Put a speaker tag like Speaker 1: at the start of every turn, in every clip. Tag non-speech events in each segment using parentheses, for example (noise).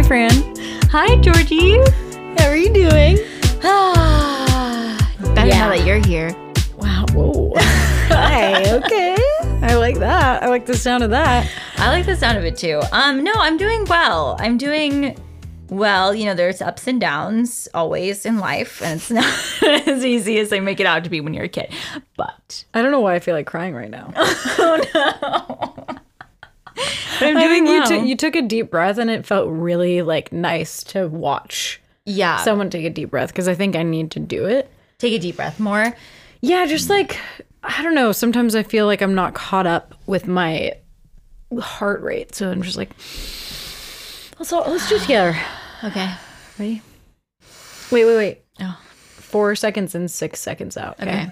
Speaker 1: Ah,
Speaker 2: we're here.
Speaker 3: Wow. (laughs) Whoa. Hi. Okay. I like that. I like the sound of that.
Speaker 1: I like the sound of it too. Um, no, I'm doing well. I'm doing well. You know, there's ups and downs always in life, and it's (laughs) not as easy as they make it out to be when you're a kid. But
Speaker 3: I don't know why I feel like crying right (laughs) now.
Speaker 1: I'm
Speaker 3: I
Speaker 1: doing
Speaker 3: think you,
Speaker 1: well.
Speaker 3: took you took a deep breath and it felt really like nice to watch
Speaker 1: yeah. So
Speaker 3: someone take a deep breath because I think I need to do it.
Speaker 1: take a deep breath more.
Speaker 3: Yeah, just like I don't know. Sometimes I feel like I'm not caught up with my heart rate, so I'm just like, let's all, let's do it together.
Speaker 1: Okay.
Speaker 3: Ready? Wait, wait, wait.
Speaker 1: Oh.
Speaker 3: Four seconds and six seconds out.
Speaker 1: Okay.
Speaker 3: Okay.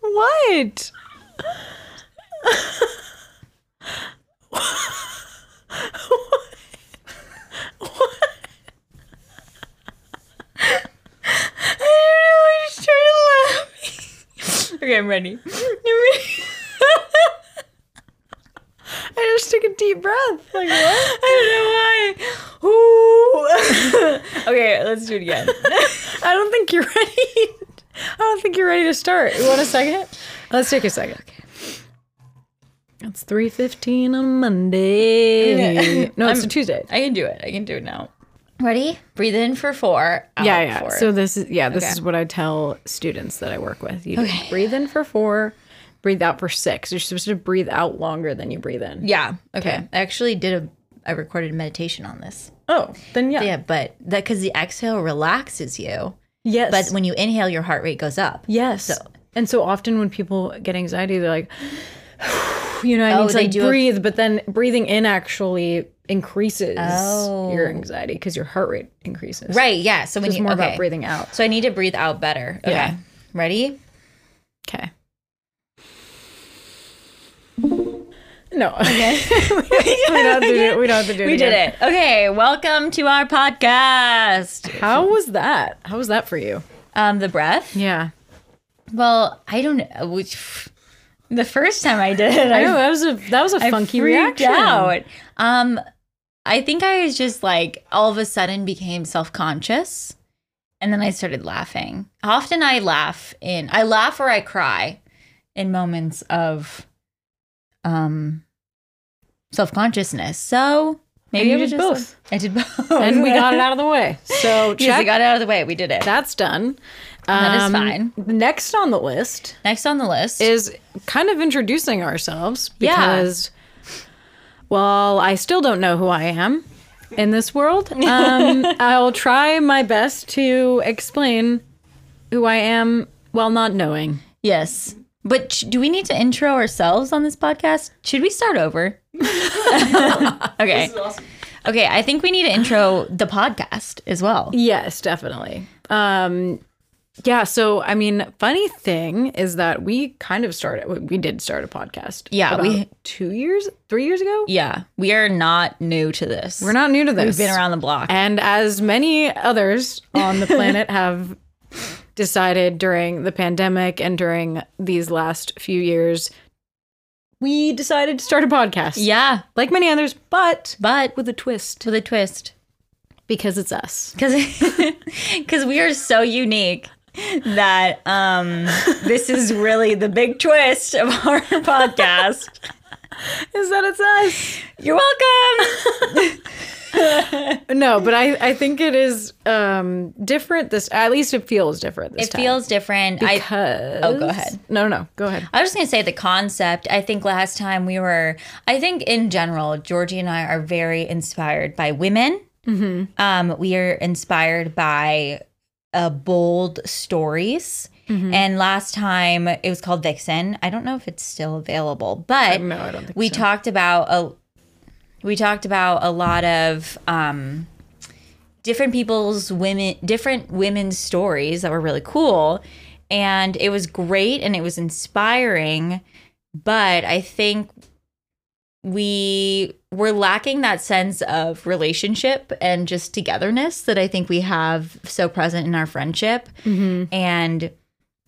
Speaker 3: What?
Speaker 1: Okay,
Speaker 3: (laughs)
Speaker 1: I'm ready.
Speaker 3: I just took a deep breath. Like what?
Speaker 1: I don't know why. (laughs) okay, let's do it again.
Speaker 3: I don't think you're (laughs) ready. I don't think you're ready to start. You want a second? Let's take a second. Okay. It's three fifteen on Monday. (laughs) No, it's a Tuesday.
Speaker 1: I can do it. I can do it now. Ready? Breathe in for four. Out
Speaker 3: Yeah, yeah.
Speaker 1: For
Speaker 3: So this is yeah, this
Speaker 1: Okay.
Speaker 3: is what I tell students that I work with. You breathe in for four, breathe out for six. You're supposed to breathe out longer than you breathe in.
Speaker 1: yeah. Okay. I actually did a. I recorded a meditation on this.
Speaker 3: Oh, then yeah.
Speaker 1: Yeah, but that because the exhale relaxes you,
Speaker 3: Yes.
Speaker 1: but when you inhale, your heart rate goes up.
Speaker 3: Yes. and so often when people get anxiety, they're like, (sighs) you know, I
Speaker 1: Oh,
Speaker 3: need to
Speaker 1: they
Speaker 3: like
Speaker 1: do a-
Speaker 3: breathe, but then breathing in actually increases
Speaker 1: Oh.
Speaker 3: your anxiety because your heart rate increases.
Speaker 1: Right. Yeah. So when
Speaker 3: It's
Speaker 1: you
Speaker 3: more
Speaker 1: okay.
Speaker 3: about breathing out.
Speaker 1: So I need to breathe out better. Okay.
Speaker 3: Yeah.
Speaker 1: Ready?
Speaker 3: Okay. No. Okay. (laughs) we don't have to do We don't have to do it.
Speaker 1: (laughs) We did
Speaker 3: again.
Speaker 1: it. Okay. Welcome to our podcast.
Speaker 3: How was that? How was that for you?
Speaker 1: Um, the breath.
Speaker 3: Yeah.
Speaker 1: Well, I don't know. Which, the first time I did it,
Speaker 3: I
Speaker 1: I,
Speaker 3: know that was a that was a
Speaker 1: I
Speaker 3: funky
Speaker 1: freaked
Speaker 3: reaction.
Speaker 1: out. Um, I think I was just like all of a sudden became self conscious, and then I started laughing. Often I laugh in I laugh or I cry in moments of um self consciousness. So maybe
Speaker 3: you
Speaker 1: I was
Speaker 3: did
Speaker 1: just
Speaker 3: both.
Speaker 1: I did both,
Speaker 3: And
Speaker 1: (laughs)
Speaker 3: we got it out of the way. So
Speaker 1: Yes, I
Speaker 3: check.
Speaker 1: got it out of the way. We did it.
Speaker 3: That's done.
Speaker 1: That is
Speaker 3: Um,
Speaker 1: fine.
Speaker 3: Next on the list
Speaker 1: Next on the list
Speaker 3: is kind of introducing ourselves
Speaker 1: Yeah.
Speaker 3: because, well, I still don't know who I am in this
Speaker 1: (laughs)
Speaker 3: world. Um, I'll try my best to explain who I am while not knowing.
Speaker 1: Yes. But sh- do we need to intro ourselves on this podcast? Should we start over?
Speaker 3: (laughs)
Speaker 1: okay. Okay, I think we need to intro the podcast as well.
Speaker 3: Yes, definitely. Um, yeah. So, I mean, funny thing is that we kind of started. we- We did start a podcast.
Speaker 1: Yeah,
Speaker 3: about
Speaker 1: we-
Speaker 3: two years, three years ago.
Speaker 1: Yeah, we are not new to this.
Speaker 3: We're not new to this.
Speaker 1: We've been around the block.
Speaker 3: And as many others on the planet (laughs) have decided during the pandemic and during these last few years, we decided to start a podcast.
Speaker 1: Yeah,
Speaker 3: Like many others, but
Speaker 1: but
Speaker 3: with a twist
Speaker 1: with a twist.
Speaker 3: because it's us.
Speaker 1: (laughs) Because we are so unique that um, this is really the big twist of our (laughs) podcast.
Speaker 3: Is that it's us?
Speaker 1: You're welcome.
Speaker 3: No, but I, I think it is um, different this at least it feels different this
Speaker 1: It
Speaker 3: time.
Speaker 1: feels different. I
Speaker 3: because
Speaker 1: Oh, go ahead.
Speaker 3: No, no, no. Go ahead.
Speaker 1: I was going to say the concept. I think last time we were, I think in general, Georgie and I are very inspired by women.
Speaker 3: Mm-hmm.
Speaker 1: Um, we are inspired by uh, bold stories.
Speaker 3: Mm-hmm.
Speaker 1: And last time it was called Vixen. I don't know if it's still available, but
Speaker 3: No, I don't think
Speaker 1: we
Speaker 3: so.
Speaker 1: talked about a we talked about a lot of um, different people's women different women's stories that were really cool and it was great and it was inspiring but i think we were lacking that sense of relationship and just
Speaker 3: Mm-hmm.
Speaker 1: togetherness that i think we have so present in our friendship and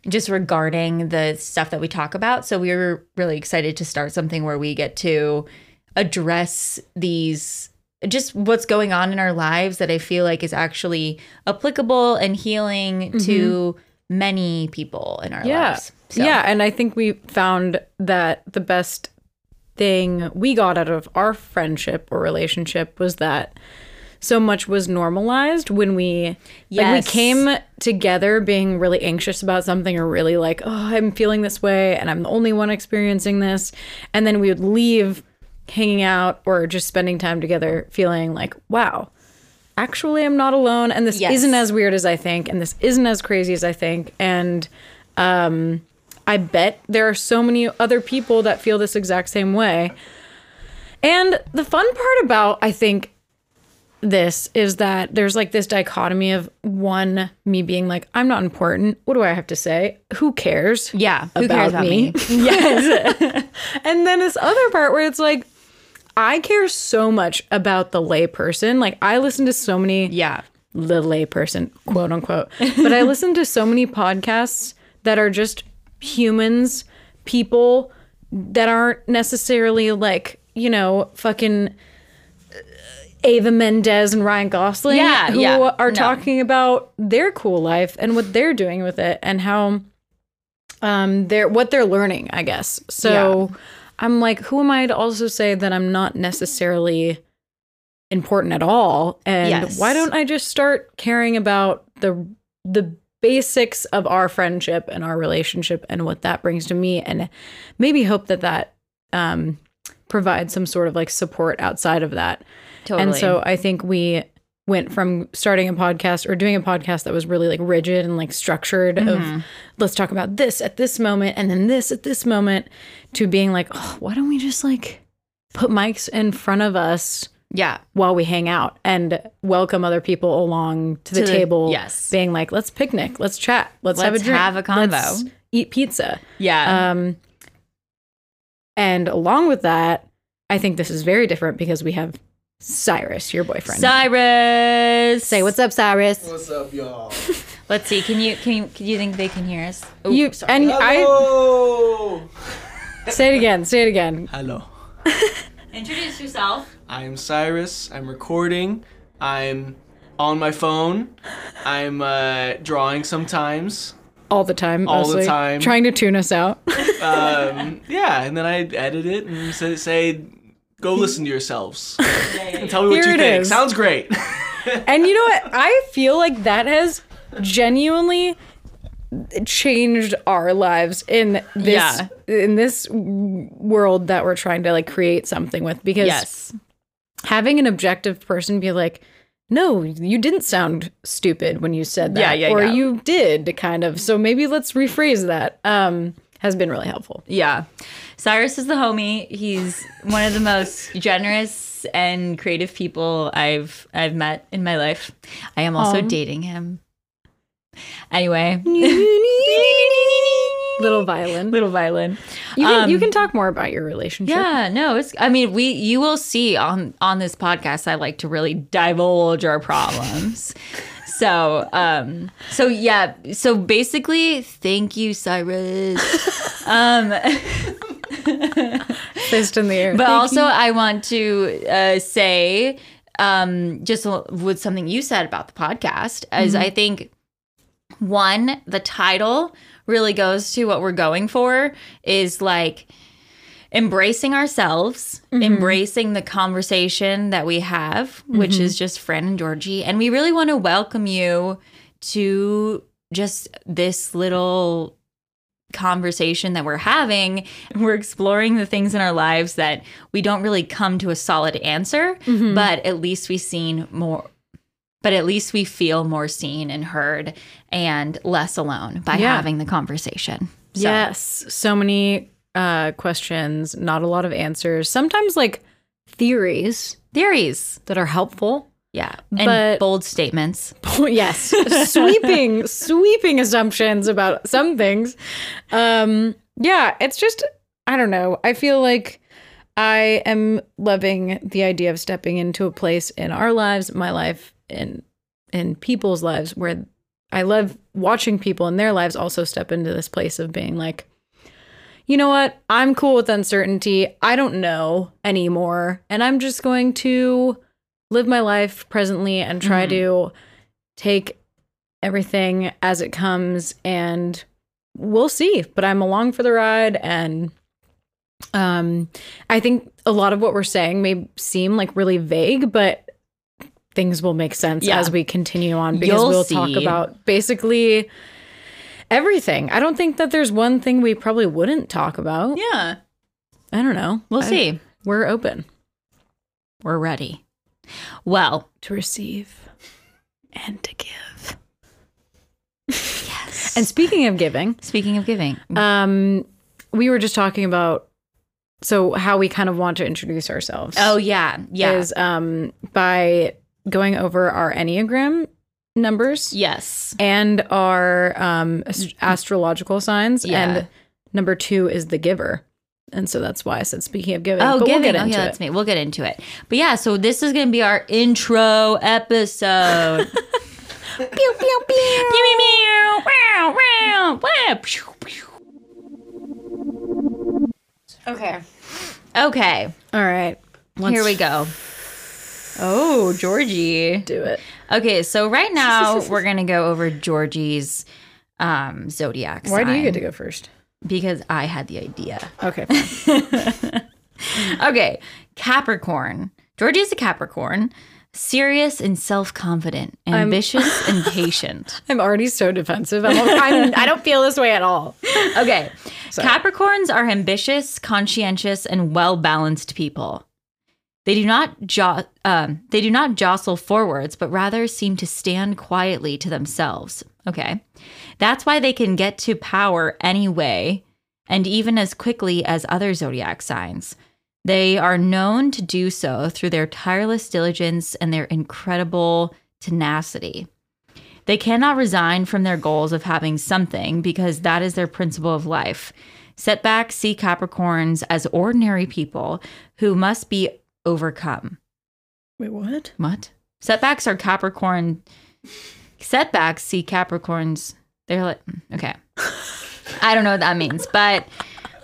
Speaker 1: just regarding the stuff that we talk about. So we were really excited to start something where we get to address these just what's going on in our lives that I feel like is actually applicable and healing to many people in our
Speaker 3: Mm-hmm. Yeah.
Speaker 1: lives. So,
Speaker 3: Yeah. And I think we found that the best thing we got out of our friendship or relationship was that so much was normalized when we like
Speaker 1: Yes.
Speaker 3: we came together being really anxious about something or really like oh I'm feeling this way and I'm the only one experiencing this and then we would leave hanging out or just spending time together feeling like wow actually I'm not alone and this
Speaker 1: Yes.
Speaker 3: isn't as weird as I think and this isn't as crazy as I think and um, I bet there are so many other people that feel this exact same way. And the fun part about, I think, this is that there's like this dichotomy of one, me being like, I'm not important. What do I have to say? Who cares?
Speaker 1: Yeah. Who cares about
Speaker 3: (laughs)
Speaker 1: me? (laughs)
Speaker 3: yes. (laughs) and then this other part where it's like, I care so much about the layperson. Like, I listen to so many
Speaker 1: Yeah.
Speaker 3: the layperson, quote unquote. But
Speaker 1: (laughs)
Speaker 3: I listen to so many podcasts that are just humans, people that aren't necessarily like, you know, fucking uh, Ava Mendez and Ryan Gosling
Speaker 1: Yeah,
Speaker 3: who
Speaker 1: yeah,
Speaker 3: are
Speaker 1: no.
Speaker 3: talking about their cool life and what they're doing with it and how um they're what they're learning, I guess. So I'm like, who am I to also say that I'm not necessarily important at all and
Speaker 1: Yes.
Speaker 3: why don't i just start caring about the the basics of our friendship and our relationship and what that brings to me and maybe hope that that um provides some sort of like support outside of that
Speaker 1: Totally.
Speaker 3: and so i think we went from starting a podcast or doing a podcast that was really like rigid and like structured
Speaker 1: Mm-hmm.
Speaker 3: of let's talk about this at this moment and then this at this moment to being like oh why don't we just like put mics in front of us
Speaker 1: yeah.
Speaker 3: while we hang out and welcome other people along to the
Speaker 1: To the-
Speaker 3: table.
Speaker 1: yes.
Speaker 3: Being like, let's picnic, let's chat, let's, have a
Speaker 1: Let's
Speaker 3: drink,
Speaker 1: have a convo."
Speaker 3: let's eat pizza.
Speaker 1: Yeah.
Speaker 3: Um, and along with that, I think this is very different because we have Cyrus, your boyfriend.
Speaker 1: Cyrus.
Speaker 3: Say what's up, Cyrus.
Speaker 2: What's up, y'all?
Speaker 1: Let's see. Can you can you, can you think they can hear us? Oh,
Speaker 3: You
Speaker 1: sorry.
Speaker 3: and I
Speaker 2: Hello.
Speaker 3: say it again. Say it again.
Speaker 2: Hello.
Speaker 1: introduce yourself.
Speaker 2: I'm Cyrus. I'm recording. I'm on my phone. I'm uh, drawing sometimes.
Speaker 3: All the time.
Speaker 2: All the
Speaker 3: mostly.
Speaker 2: time.
Speaker 3: Trying to tune us out.
Speaker 2: Um, yeah, and then I edit it and say, say go listen to yourselves and tell me what
Speaker 3: Here
Speaker 2: you
Speaker 3: it
Speaker 2: think.
Speaker 3: is.
Speaker 2: Sounds great.
Speaker 3: And you know what? I feel like that has genuinely changed our lives in this
Speaker 1: Yeah.
Speaker 3: in this world that we're trying to like create something with because
Speaker 1: Yes.
Speaker 3: having an objective person be like no you didn't sound stupid when you said that
Speaker 1: Yeah, yeah,
Speaker 3: or
Speaker 1: yeah.
Speaker 3: you did kind of so maybe let's rephrase that um has been really
Speaker 1: (laughs)
Speaker 3: helpful (laughs)
Speaker 1: Yeah. Cyrus is the homie. He's one of the most (laughs) generous and creative people I've I've met in my life. I am also
Speaker 3: Aw.
Speaker 1: dating him. Anyway, (laughs)
Speaker 3: little violin
Speaker 1: little violin.
Speaker 3: you can, you
Speaker 1: um,
Speaker 3: can talk more about your relationship
Speaker 1: Yeah, no, it's I mean, we you will see on on this podcast I like to really divulge our problems. so, um so yeah, so basically, thank you Cyrus. um
Speaker 3: fist in the air
Speaker 1: but
Speaker 3: Thank
Speaker 1: also I want to uh, say um, just l- with something you said about the podcast is I think one the title really goes to what we're going for is like embracing ourselves embracing the conversation that we have which is just fran and georgie and we really want to welcome you to just this little conversation that we're having and we're exploring the things in our lives that we don't really come to a solid answer but at least we've seen more but at least we feel more seen and heard and less alone by
Speaker 3: Yeah.
Speaker 1: having the conversation So-
Speaker 3: Yes, so many uh, questions, not a lot of answers. Sometimes like theories
Speaker 1: theories
Speaker 3: that are helpful. (laughs)
Speaker 1: yeah and
Speaker 3: But-
Speaker 1: bold statements
Speaker 3: yes, sweeping, sweeping assumptions about some things. Um, yeah, it's just I don't know. I feel like I am loving the idea of stepping into a place in our lives, my life, in in people's lives where I love watching people in their lives also step into this place of being like, you know what? I'm cool with uncertainty. I don't know anymore. And I'm just going to live my life presently and try to take everything as it comes and we'll see. But I'm along for the ride and um I think a lot of what we're saying may seem like really vague, but things will make sense
Speaker 1: Yeah.
Speaker 3: as we continue on because
Speaker 1: You'll
Speaker 3: we'll talk
Speaker 1: see.
Speaker 3: about basically everything. I don't think that there's one thing we probably wouldn't talk about.
Speaker 1: Yeah.
Speaker 3: I don't know.
Speaker 1: We'll
Speaker 3: I-
Speaker 1: see.
Speaker 3: We're open
Speaker 1: We're ready. Well,
Speaker 3: to receive and to give.
Speaker 1: yes. Uh,
Speaker 3: And
Speaker 1: And
Speaker 3: speaking of giving,
Speaker 1: speaking of giving,
Speaker 3: um, we were just talking about so how we kind of want to introduce ourselves.
Speaker 1: oh yeah, yeah,
Speaker 3: is um by going over our enneagram numbers
Speaker 1: yes,
Speaker 3: and our um ast- astrological signs
Speaker 1: Mm-hmm. Yeah.
Speaker 3: and number 2 is the giver. And so that's why I said speaking of giving,
Speaker 1: Oh,
Speaker 3: but
Speaker 1: giving.
Speaker 3: we'll get
Speaker 1: oh,
Speaker 3: into
Speaker 1: yeah,
Speaker 3: it.
Speaker 1: that's me. We'll get into it. But yeah, so this is gonna be our intro (laughs) episode. pew pew pew. Pew pew pew. Wow wow wow. Pew, pew.
Speaker 3: Okay.
Speaker 1: Okay,
Speaker 3: All right. Let's
Speaker 1: here we go. Oh, Georgie.
Speaker 3: do it.
Speaker 1: Okay, so (laughs) right now we're gonna go over Georgie's um zodiac.
Speaker 3: Why do you
Speaker 1: sign,
Speaker 3: get to go first?
Speaker 1: Because I had the idea.
Speaker 3: Okay. (laughs)
Speaker 1: Okay, Capricorn. Georgie is a Capricorn, serious and self-confident, ambitious and patient.
Speaker 3: I'm already so defensive. I'm, I'm, I don't feel this way at all.
Speaker 1: Okay, Capricorns are ambitious, conscientious, and well-balanced people. They do not jo- um, they do not jostle forwards, but rather seem to stand quietly to themselves. Okay, that's why they can get to power anyway, and even as quickly as other zodiac signs. They are known to do so through their tireless diligence and their incredible tenacity. They cannot resign from their goals of having something because that is their principle of life. Setbacks see Capricorns as ordinary people who must be overcome.
Speaker 3: Wait, what?
Speaker 1: What? Setbacks are Capricorn. Setbacks see Capricorns. They're like, mm, okay. I don't know what that means, but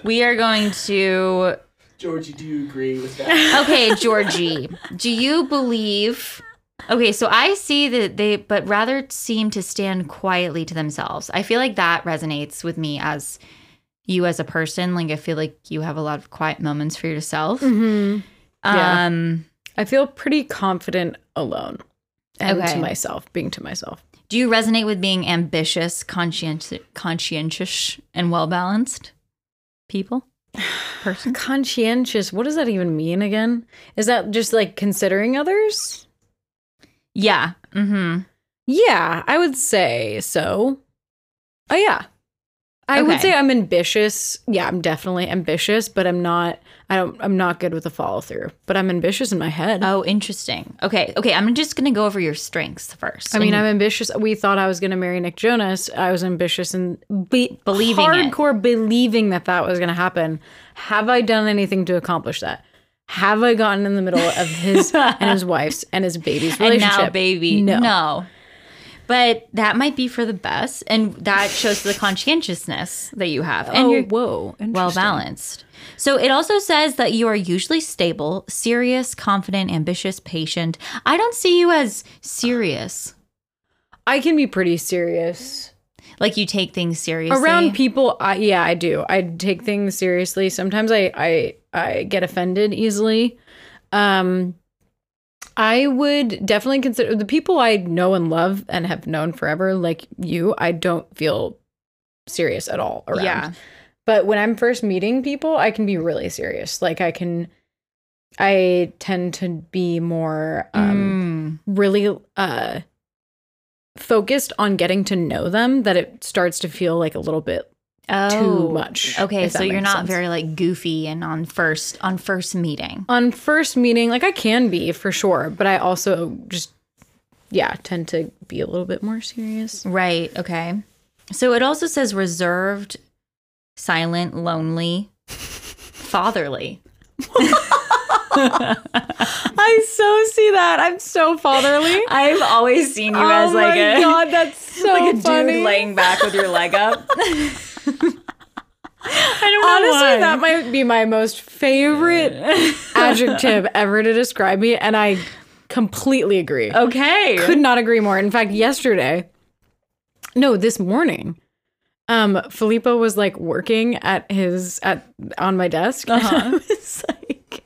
Speaker 1: we are going to.
Speaker 2: Georgie, do you agree with
Speaker 3: (laughs)
Speaker 2: that?
Speaker 1: Okay, Georgie, do you believe? Okay, so I see that they, but rather seem to stand quietly to themselves. I feel like that resonates with me as you as a person. Like, I feel like you have a lot of quiet moments for yourself.
Speaker 3: Mm-hmm. Yeah.
Speaker 1: Um,
Speaker 3: I feel pretty confident alone and
Speaker 1: Okay.
Speaker 3: to myself, being to myself.
Speaker 1: do you resonate with being ambitious, conscientious, conscientious, and well balanced people? Person?
Speaker 3: Conscientious. What does that even mean again? Is that just like considering others?
Speaker 1: Yeah. Mm-hmm.
Speaker 3: Yeah, I would say so. Oh, yeah. I would
Speaker 1: Okay.
Speaker 3: say I'm ambitious. Yeah, I'm definitely ambitious, but I'm not. I don't. I'm not good with a follow through. But I'm ambitious in my head.
Speaker 1: Oh, interesting. Okay. Okay. I'm just gonna go over your strengths first.
Speaker 3: I mean,
Speaker 1: And-
Speaker 3: I'm ambitious. We thought I was going to marry Nick Jonas. I was ambitious and be-
Speaker 1: Believing it.
Speaker 3: hardcore believing that that was going to happen. Have I done anything to accomplish that? Have I gotten in the middle of (laughs) his and his wife's and his baby's
Speaker 1: and
Speaker 3: relationship?
Speaker 1: now baby
Speaker 3: No.
Speaker 1: no. but that might be for the best and that shows the conscientiousness that you have and
Speaker 3: oh,
Speaker 1: you're
Speaker 3: whoa.
Speaker 1: well
Speaker 3: interesting.
Speaker 1: balanced so it also says that you are usually stable serious confident ambitious patient i don't see you as serious
Speaker 3: I can be pretty serious
Speaker 1: like you take things seriously
Speaker 3: around people. I, yeah, I do. I take things seriously. Sometimes I I I get offended easily. Um, I would definitely consider the people I know and love and have known forever, like you. I don't feel serious at all around.
Speaker 1: yeah
Speaker 3: But when I'm first meeting people, I can be really serious. Like I can, I tend to be more um,
Speaker 1: um,
Speaker 3: really uh focused on getting to know them that it starts to feel like a little bit too much.
Speaker 1: Oh, okay
Speaker 3: if that
Speaker 1: so you're
Speaker 3: makes
Speaker 1: not
Speaker 3: sense.
Speaker 1: very like goofy and on first on first meeting
Speaker 3: on first meeting, like I can be for sure, but I also just yeah, tend to be a little bit more serious.
Speaker 1: Right. Okay. So it also says reserved,
Speaker 3: (laughs)
Speaker 1: silent, lonely, fatherly.
Speaker 3: I so see that. I'm so (gasps) fatherly.
Speaker 1: I've always seen you
Speaker 3: oh
Speaker 1: as
Speaker 3: my
Speaker 1: like a
Speaker 3: god, that's (laughs) so
Speaker 1: (laughs) like a
Speaker 3: funny.
Speaker 1: dude laying back with your leg up.
Speaker 3: (laughs)
Speaker 1: I don't know
Speaker 3: Honestly,
Speaker 1: why.
Speaker 3: that might be my most (laughs) favorite adjective ever to describe me, and I completely agree.
Speaker 1: okay.
Speaker 3: Could not agree more. In fact, yesterday, no, this morning, um, Filippo was like working at his at on my desk. (laughs) and I was like,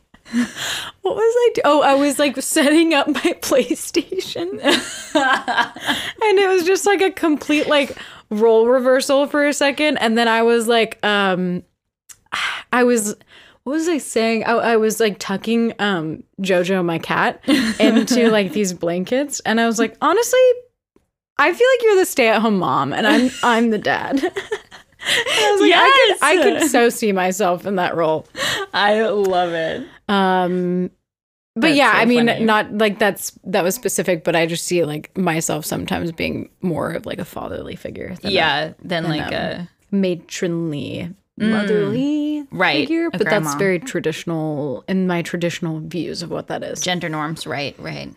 Speaker 3: what was I? Do- oh, I was like setting up my (laughs) PlayStation, and it was just like a complete like role reversal for a second, and then I was like, um, I was. What was I saying? Oh, I, I was like tucking um Jojo, my
Speaker 1: (laughs)
Speaker 3: cat, into like these blankets, and I was like, honestly, I feel like you're the stay-at-home mom, and I'm I'm the dad.
Speaker 1: (laughs)
Speaker 3: And I was like,
Speaker 1: yes.
Speaker 3: I could I could so see myself in that role.
Speaker 1: (laughs) I love it.
Speaker 3: Um, but
Speaker 1: That's
Speaker 3: yeah,
Speaker 1: so
Speaker 3: I mean,
Speaker 1: funny.
Speaker 3: not like that's that was specific, but I just see like myself sometimes being more of like a fatherly figure. Than
Speaker 1: Yeah. Then
Speaker 3: a,
Speaker 1: like
Speaker 3: um,
Speaker 1: uh, a
Speaker 3: matronly, motherly
Speaker 1: Mm. Right,
Speaker 3: figure.
Speaker 1: a
Speaker 3: But that's
Speaker 1: grandma.
Speaker 3: very traditional in my traditional views of what that is.
Speaker 1: gender norms. Right. Right.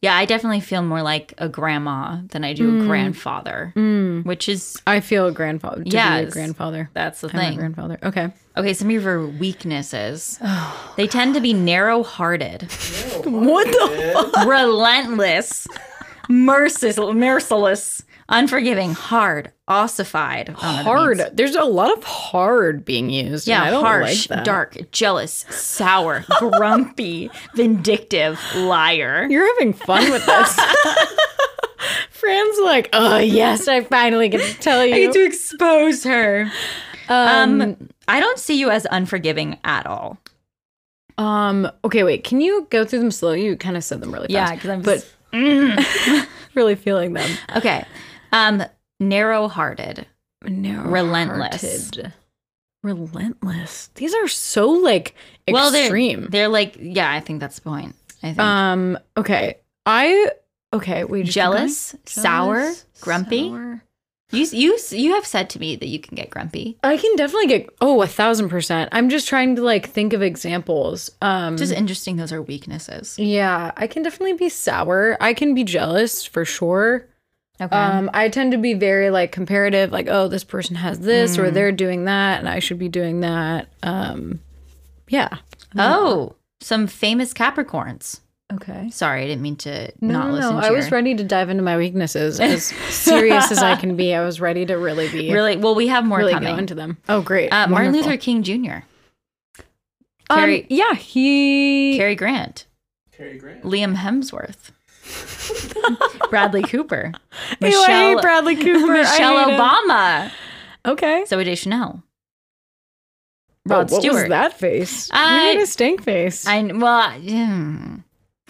Speaker 1: Yeah, I definitely feel more like a grandma than I do a
Speaker 3: Mm.
Speaker 1: grandfather, which is
Speaker 3: I feel a grandfather. To be a
Speaker 1: Yes.
Speaker 3: grandfather.
Speaker 1: that's the
Speaker 3: I'm a
Speaker 1: thing.
Speaker 3: grandfather. Okay.
Speaker 1: Okay, some of your weaknesses. they tend to be narrow-hearted,
Speaker 3: What the?
Speaker 1: relentless, merciless, merciless, unforgiving, hard, ossified, I don't know what that
Speaker 3: Hard.
Speaker 1: means.
Speaker 3: There's a lot of hard being used. and
Speaker 1: Yeah,
Speaker 3: I don't
Speaker 1: harsh,
Speaker 3: like that.
Speaker 1: dark, jealous, sour, (laughs) grumpy, vindictive, liar.
Speaker 3: You're having fun with
Speaker 1: (laughs)
Speaker 3: this. Fran's like, oh yes, I finally get to tell you.
Speaker 1: to expose her.
Speaker 3: Um,
Speaker 1: Um, I don't see you as unforgiving at all.
Speaker 3: um, okay, wait. Can you go through them slow? You kind of said them really
Speaker 1: Yeah,
Speaker 3: fast.
Speaker 1: 'cause I'm
Speaker 3: but
Speaker 1: just- mm.
Speaker 3: really feeling them.
Speaker 1: Okay. Um, narrow-hearted.
Speaker 3: Narrow-hearted.
Speaker 1: Relentless.
Speaker 3: Relentless. These are so like extreme.
Speaker 1: Well, they're they're like yeah. I think that's the point. I think
Speaker 3: um. Okay. I. Okay. Wait. just keep
Speaker 1: jealous,
Speaker 3: going.
Speaker 1: sour,
Speaker 3: Jealous,
Speaker 1: grumpy.
Speaker 3: sour.
Speaker 1: You you you have said to me that you can get grumpy.
Speaker 3: I can definitely get. Oh, a thousand percent. I'm just trying to like think of examples. Um.
Speaker 1: Just interesting. Those are weaknesses.
Speaker 3: Yeah, I can definitely be sour. I can be jealous for sure.
Speaker 1: Okay.
Speaker 3: Um, I tend to be very like comparative, like, oh, this person has this
Speaker 1: Mm.
Speaker 3: or they're doing that and I should be doing that. Um, yeah.
Speaker 1: oh, some famous Capricorns.
Speaker 3: Okay.
Speaker 1: Sorry, I didn't mean to
Speaker 3: No,
Speaker 1: not
Speaker 3: no,
Speaker 1: listen
Speaker 3: no.
Speaker 1: to
Speaker 3: I was
Speaker 1: your-
Speaker 3: ready to dive into my weaknesses as serious as I can be. I was ready to really be really,
Speaker 1: (laughs) Really? Well, we have more
Speaker 3: go
Speaker 1: coming.
Speaker 3: into them. Oh, great.
Speaker 1: Uh, Martin
Speaker 3: Wonderful.
Speaker 1: Luther King Jr.,
Speaker 3: Um,
Speaker 1: Carrie-
Speaker 3: yeah, he.
Speaker 1: Cary Grant,
Speaker 2: Cary Grant.
Speaker 1: Liam
Speaker 3: (laughs)
Speaker 1: Hemsworth, Bradley Cooper,
Speaker 3: Ew, I hate
Speaker 1: (laughs) (laughs) Michelle,
Speaker 3: Bradley Cooper. I
Speaker 1: Michelle
Speaker 3: hate him.
Speaker 1: Obama,
Speaker 3: Okay.
Speaker 1: Zoe Deschanel,
Speaker 3: Oh,
Speaker 1: Rod
Speaker 3: what
Speaker 1: Stewart.
Speaker 3: was that face?
Speaker 1: I-
Speaker 3: you made a stink face.
Speaker 1: I well, mm,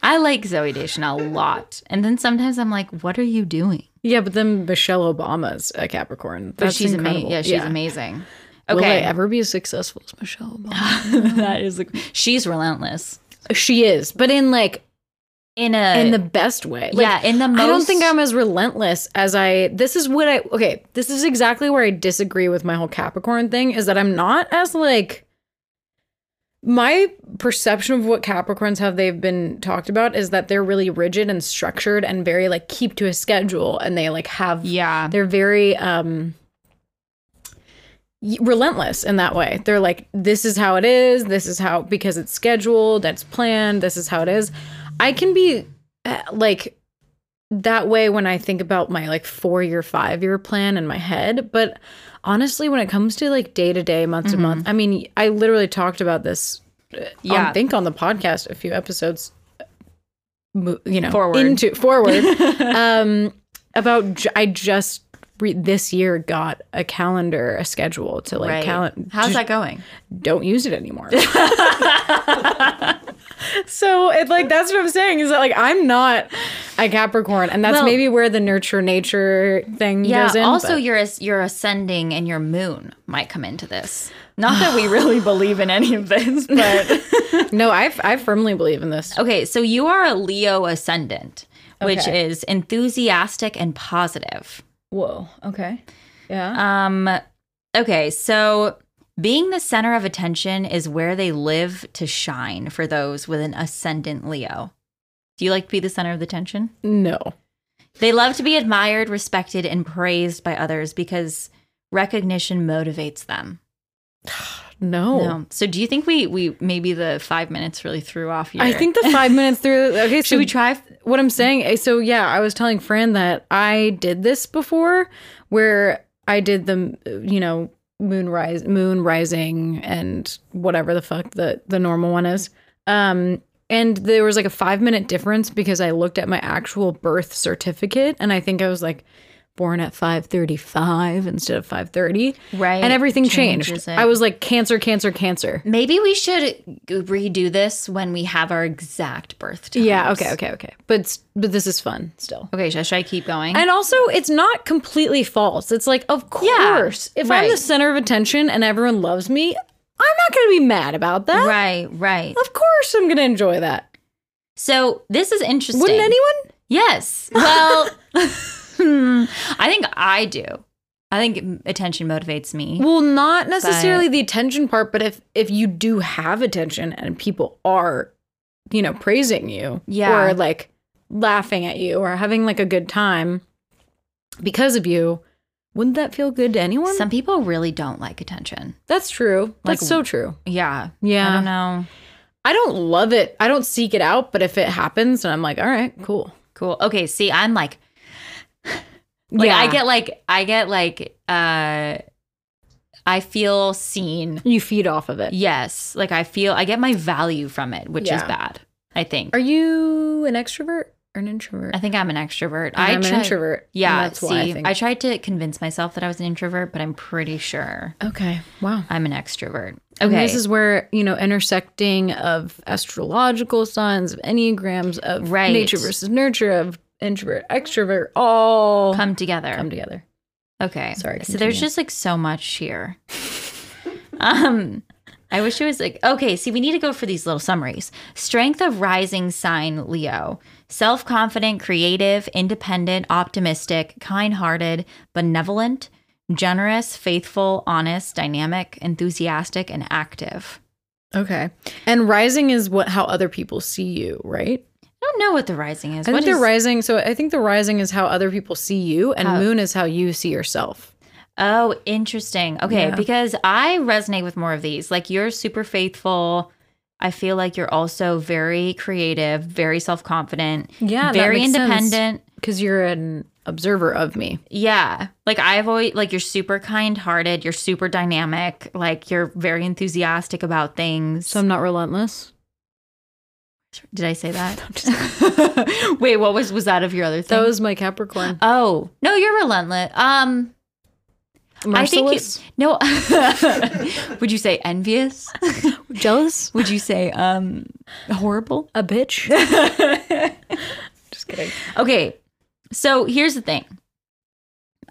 Speaker 1: I (sighs) like Zoe Deschanel a lot, and then sometimes I'm like, what are you doing?
Speaker 3: Yeah, but then Michelle Obama's a Capricorn.
Speaker 1: But
Speaker 3: That's
Speaker 1: she's amazing.
Speaker 3: incredible.
Speaker 1: Yeah, she's amazing.
Speaker 3: Will I
Speaker 1: Okay,
Speaker 3: ever be as successful as Michelle
Speaker 1: (gasps)
Speaker 3: Obama?
Speaker 1: (laughs) that is a, she's relentless
Speaker 3: she is, but in like
Speaker 1: in a
Speaker 3: in the best way. Like,
Speaker 1: yeah in the most.
Speaker 3: I don't think I'm as relentless as I. This is what I. Okay, this is exactly where I disagree with my whole Capricorn thing. Is that I'm not as like. My perception of what Capricorns have they've been talked about is that they're really rigid and structured and very like keep to a schedule and they like have
Speaker 1: yeah.
Speaker 3: they're very um y- relentless in that way they're like this is how it is this is how because it's scheduled that's planned this is how it is i can be uh, like that way when i think about my like four year five year plan in my head but honestly when it comes to like day to day month to month i mean i literally talked about this yeah.
Speaker 1: Mm-hmm. Yeah.
Speaker 3: on, think on the podcast a few episodes uh, mo- you know
Speaker 1: Forward.
Speaker 3: into forward um about j- i just re- this year got a calendar a schedule to like
Speaker 1: Right.
Speaker 3: calendar
Speaker 1: How's that going?
Speaker 3: don't use it anymore (laughs) so it like that's what i'm saying is that like i'm not a capricorn and that's
Speaker 1: Well-
Speaker 3: maybe where the nurture nature thing
Speaker 1: Yeah.
Speaker 3: goes in
Speaker 1: also,
Speaker 3: but-
Speaker 1: your as- your ascending and your moon might come into this. Not that we
Speaker 3: (sighs)
Speaker 1: really believe in any of this,
Speaker 3: (laughs)
Speaker 1: but
Speaker 3: no I, f- I firmly believe in this
Speaker 1: okay. So you are a Leo ascendant, which
Speaker 3: Okay.
Speaker 1: is enthusiastic and positive.
Speaker 3: whoa okay yeah
Speaker 1: Um. Okay. So Being the center of attention is where they live to shine for those with an ascendant Leo. Do you like to be the center of the attention?
Speaker 3: No.
Speaker 1: They love to be admired, respected, and praised by others because recognition motivates them.
Speaker 3: No.
Speaker 1: No. So do you think we we maybe the five minutes really threw off your
Speaker 3: I think the five minutes through.
Speaker 1: (laughs)
Speaker 3: Okay, so
Speaker 1: should we try
Speaker 3: what I'm saying. eh, So yeah, I was telling Fran that I did this before, where I did the uh, you know moon rise, moon rising, and whatever the fuck the the normal one is. Um, and there was like a five minute difference because I looked at my actual birth certificate, and I think I was like born at 5:35 instead of 5:30.
Speaker 1: Right.
Speaker 3: And everything
Speaker 1: Changes
Speaker 3: changed.
Speaker 1: it.
Speaker 3: I was like cancer cancer cancer.
Speaker 1: maybe we should g- redo this when we have our exact birth time.
Speaker 3: Yeah, okay, okay, okay. But s- but this is fun still.
Speaker 1: Okay, should, should I keep going?
Speaker 3: And also, it's not completely false. It's like, of course, if I'm the
Speaker 1: right.
Speaker 3: center of attention and everyone loves me, I'm not going to be mad about that.
Speaker 1: right, right.
Speaker 3: Of course, I'm going to enjoy that.
Speaker 1: So this is interesting.
Speaker 3: Wouldn't anyone?
Speaker 1: Yes.
Speaker 3: (laughs)
Speaker 1: Well, hmm, I think I do. I think attention motivates me.
Speaker 3: Well, not necessarily the attention part, but if if you do have attention and people are, you know, praising you,
Speaker 1: Yeah.
Speaker 3: or like laughing at you, or having like a good time because of you, wouldn't that feel good to anyone?
Speaker 1: Some people really don't like attention.
Speaker 3: That's true. That's
Speaker 1: Like-
Speaker 3: so true.
Speaker 1: Yeah.
Speaker 3: Yeah.
Speaker 1: I don't know.
Speaker 3: I don't love it. I don't seek it out, but if it happens, and I'm like, all right, cool.
Speaker 1: Cool. Okay. See, I'm like, like I get like, I get like, uh, I feel seen.
Speaker 3: you feed off of it.
Speaker 1: Yes. Like I feel, I get my value from it, which is
Speaker 3: Yeah.
Speaker 1: bad. I think.
Speaker 3: Are you an extrovert or an introvert?
Speaker 1: I think I'm an extrovert.
Speaker 3: I
Speaker 1: I
Speaker 3: am
Speaker 1: try-
Speaker 3: an introvert. and
Speaker 1: Yeah.
Speaker 3: that's
Speaker 1: see,
Speaker 3: why I think.
Speaker 1: I tried to convince myself that I was an introvert, but I'm pretty sure
Speaker 3: okay. Wow.
Speaker 1: I'm an extrovert.
Speaker 3: And
Speaker 1: Okay.
Speaker 3: this is where you know intersecting of astrological signs, of enneagrams, of
Speaker 1: Right.
Speaker 3: nature versus nurture, of introvert extrovert, all
Speaker 1: come together.
Speaker 3: come together.
Speaker 1: Okay.
Speaker 3: Sorry,
Speaker 1: So there's
Speaker 3: continue.
Speaker 1: just like so much here. (laughs) um I wish it was like okay, see we need to go for these little summaries. Strength of rising sign Leo. Self-confident, creative, independent, optimistic, kind-hearted, benevolent, generous, faithful, honest, dynamic, enthusiastic, and active.
Speaker 3: Okay. And rising is what how other people see you, right?
Speaker 1: I don't know what the rising is.
Speaker 3: I
Speaker 1: What
Speaker 3: think the
Speaker 1: is-
Speaker 3: rising. So I think the rising is how other people see you, and moon is how you see yourself.
Speaker 1: Oh, interesting. Okay,
Speaker 3: Yeah.
Speaker 1: because I resonate with more of these. Like you're super faithful. I feel like you're also very creative, very self-confident,
Speaker 3: Yeah, that
Speaker 1: very
Speaker 3: makes sense.
Speaker 1: independent.
Speaker 3: because you're an observer of me.
Speaker 1: Yeah. Like I've always like you're super kind-hearted, you're super dynamic, like you're very enthusiastic about things.
Speaker 3: So I'm not relentless.
Speaker 1: Did I
Speaker 3: (laughs)
Speaker 1: say that? (laughs) Wait, what was was that of your other thing?
Speaker 3: That was my
Speaker 1: (gasps)
Speaker 3: Capricorn.
Speaker 1: oh, no, you're relentless. Um
Speaker 3: Merciless,
Speaker 1: I think you, no. (laughs) would you say envious?
Speaker 3: (laughs) jealous,
Speaker 1: Would you say um horrible?
Speaker 3: a bitch. (laughs) Just kidding.
Speaker 1: Okay. So here's the thing.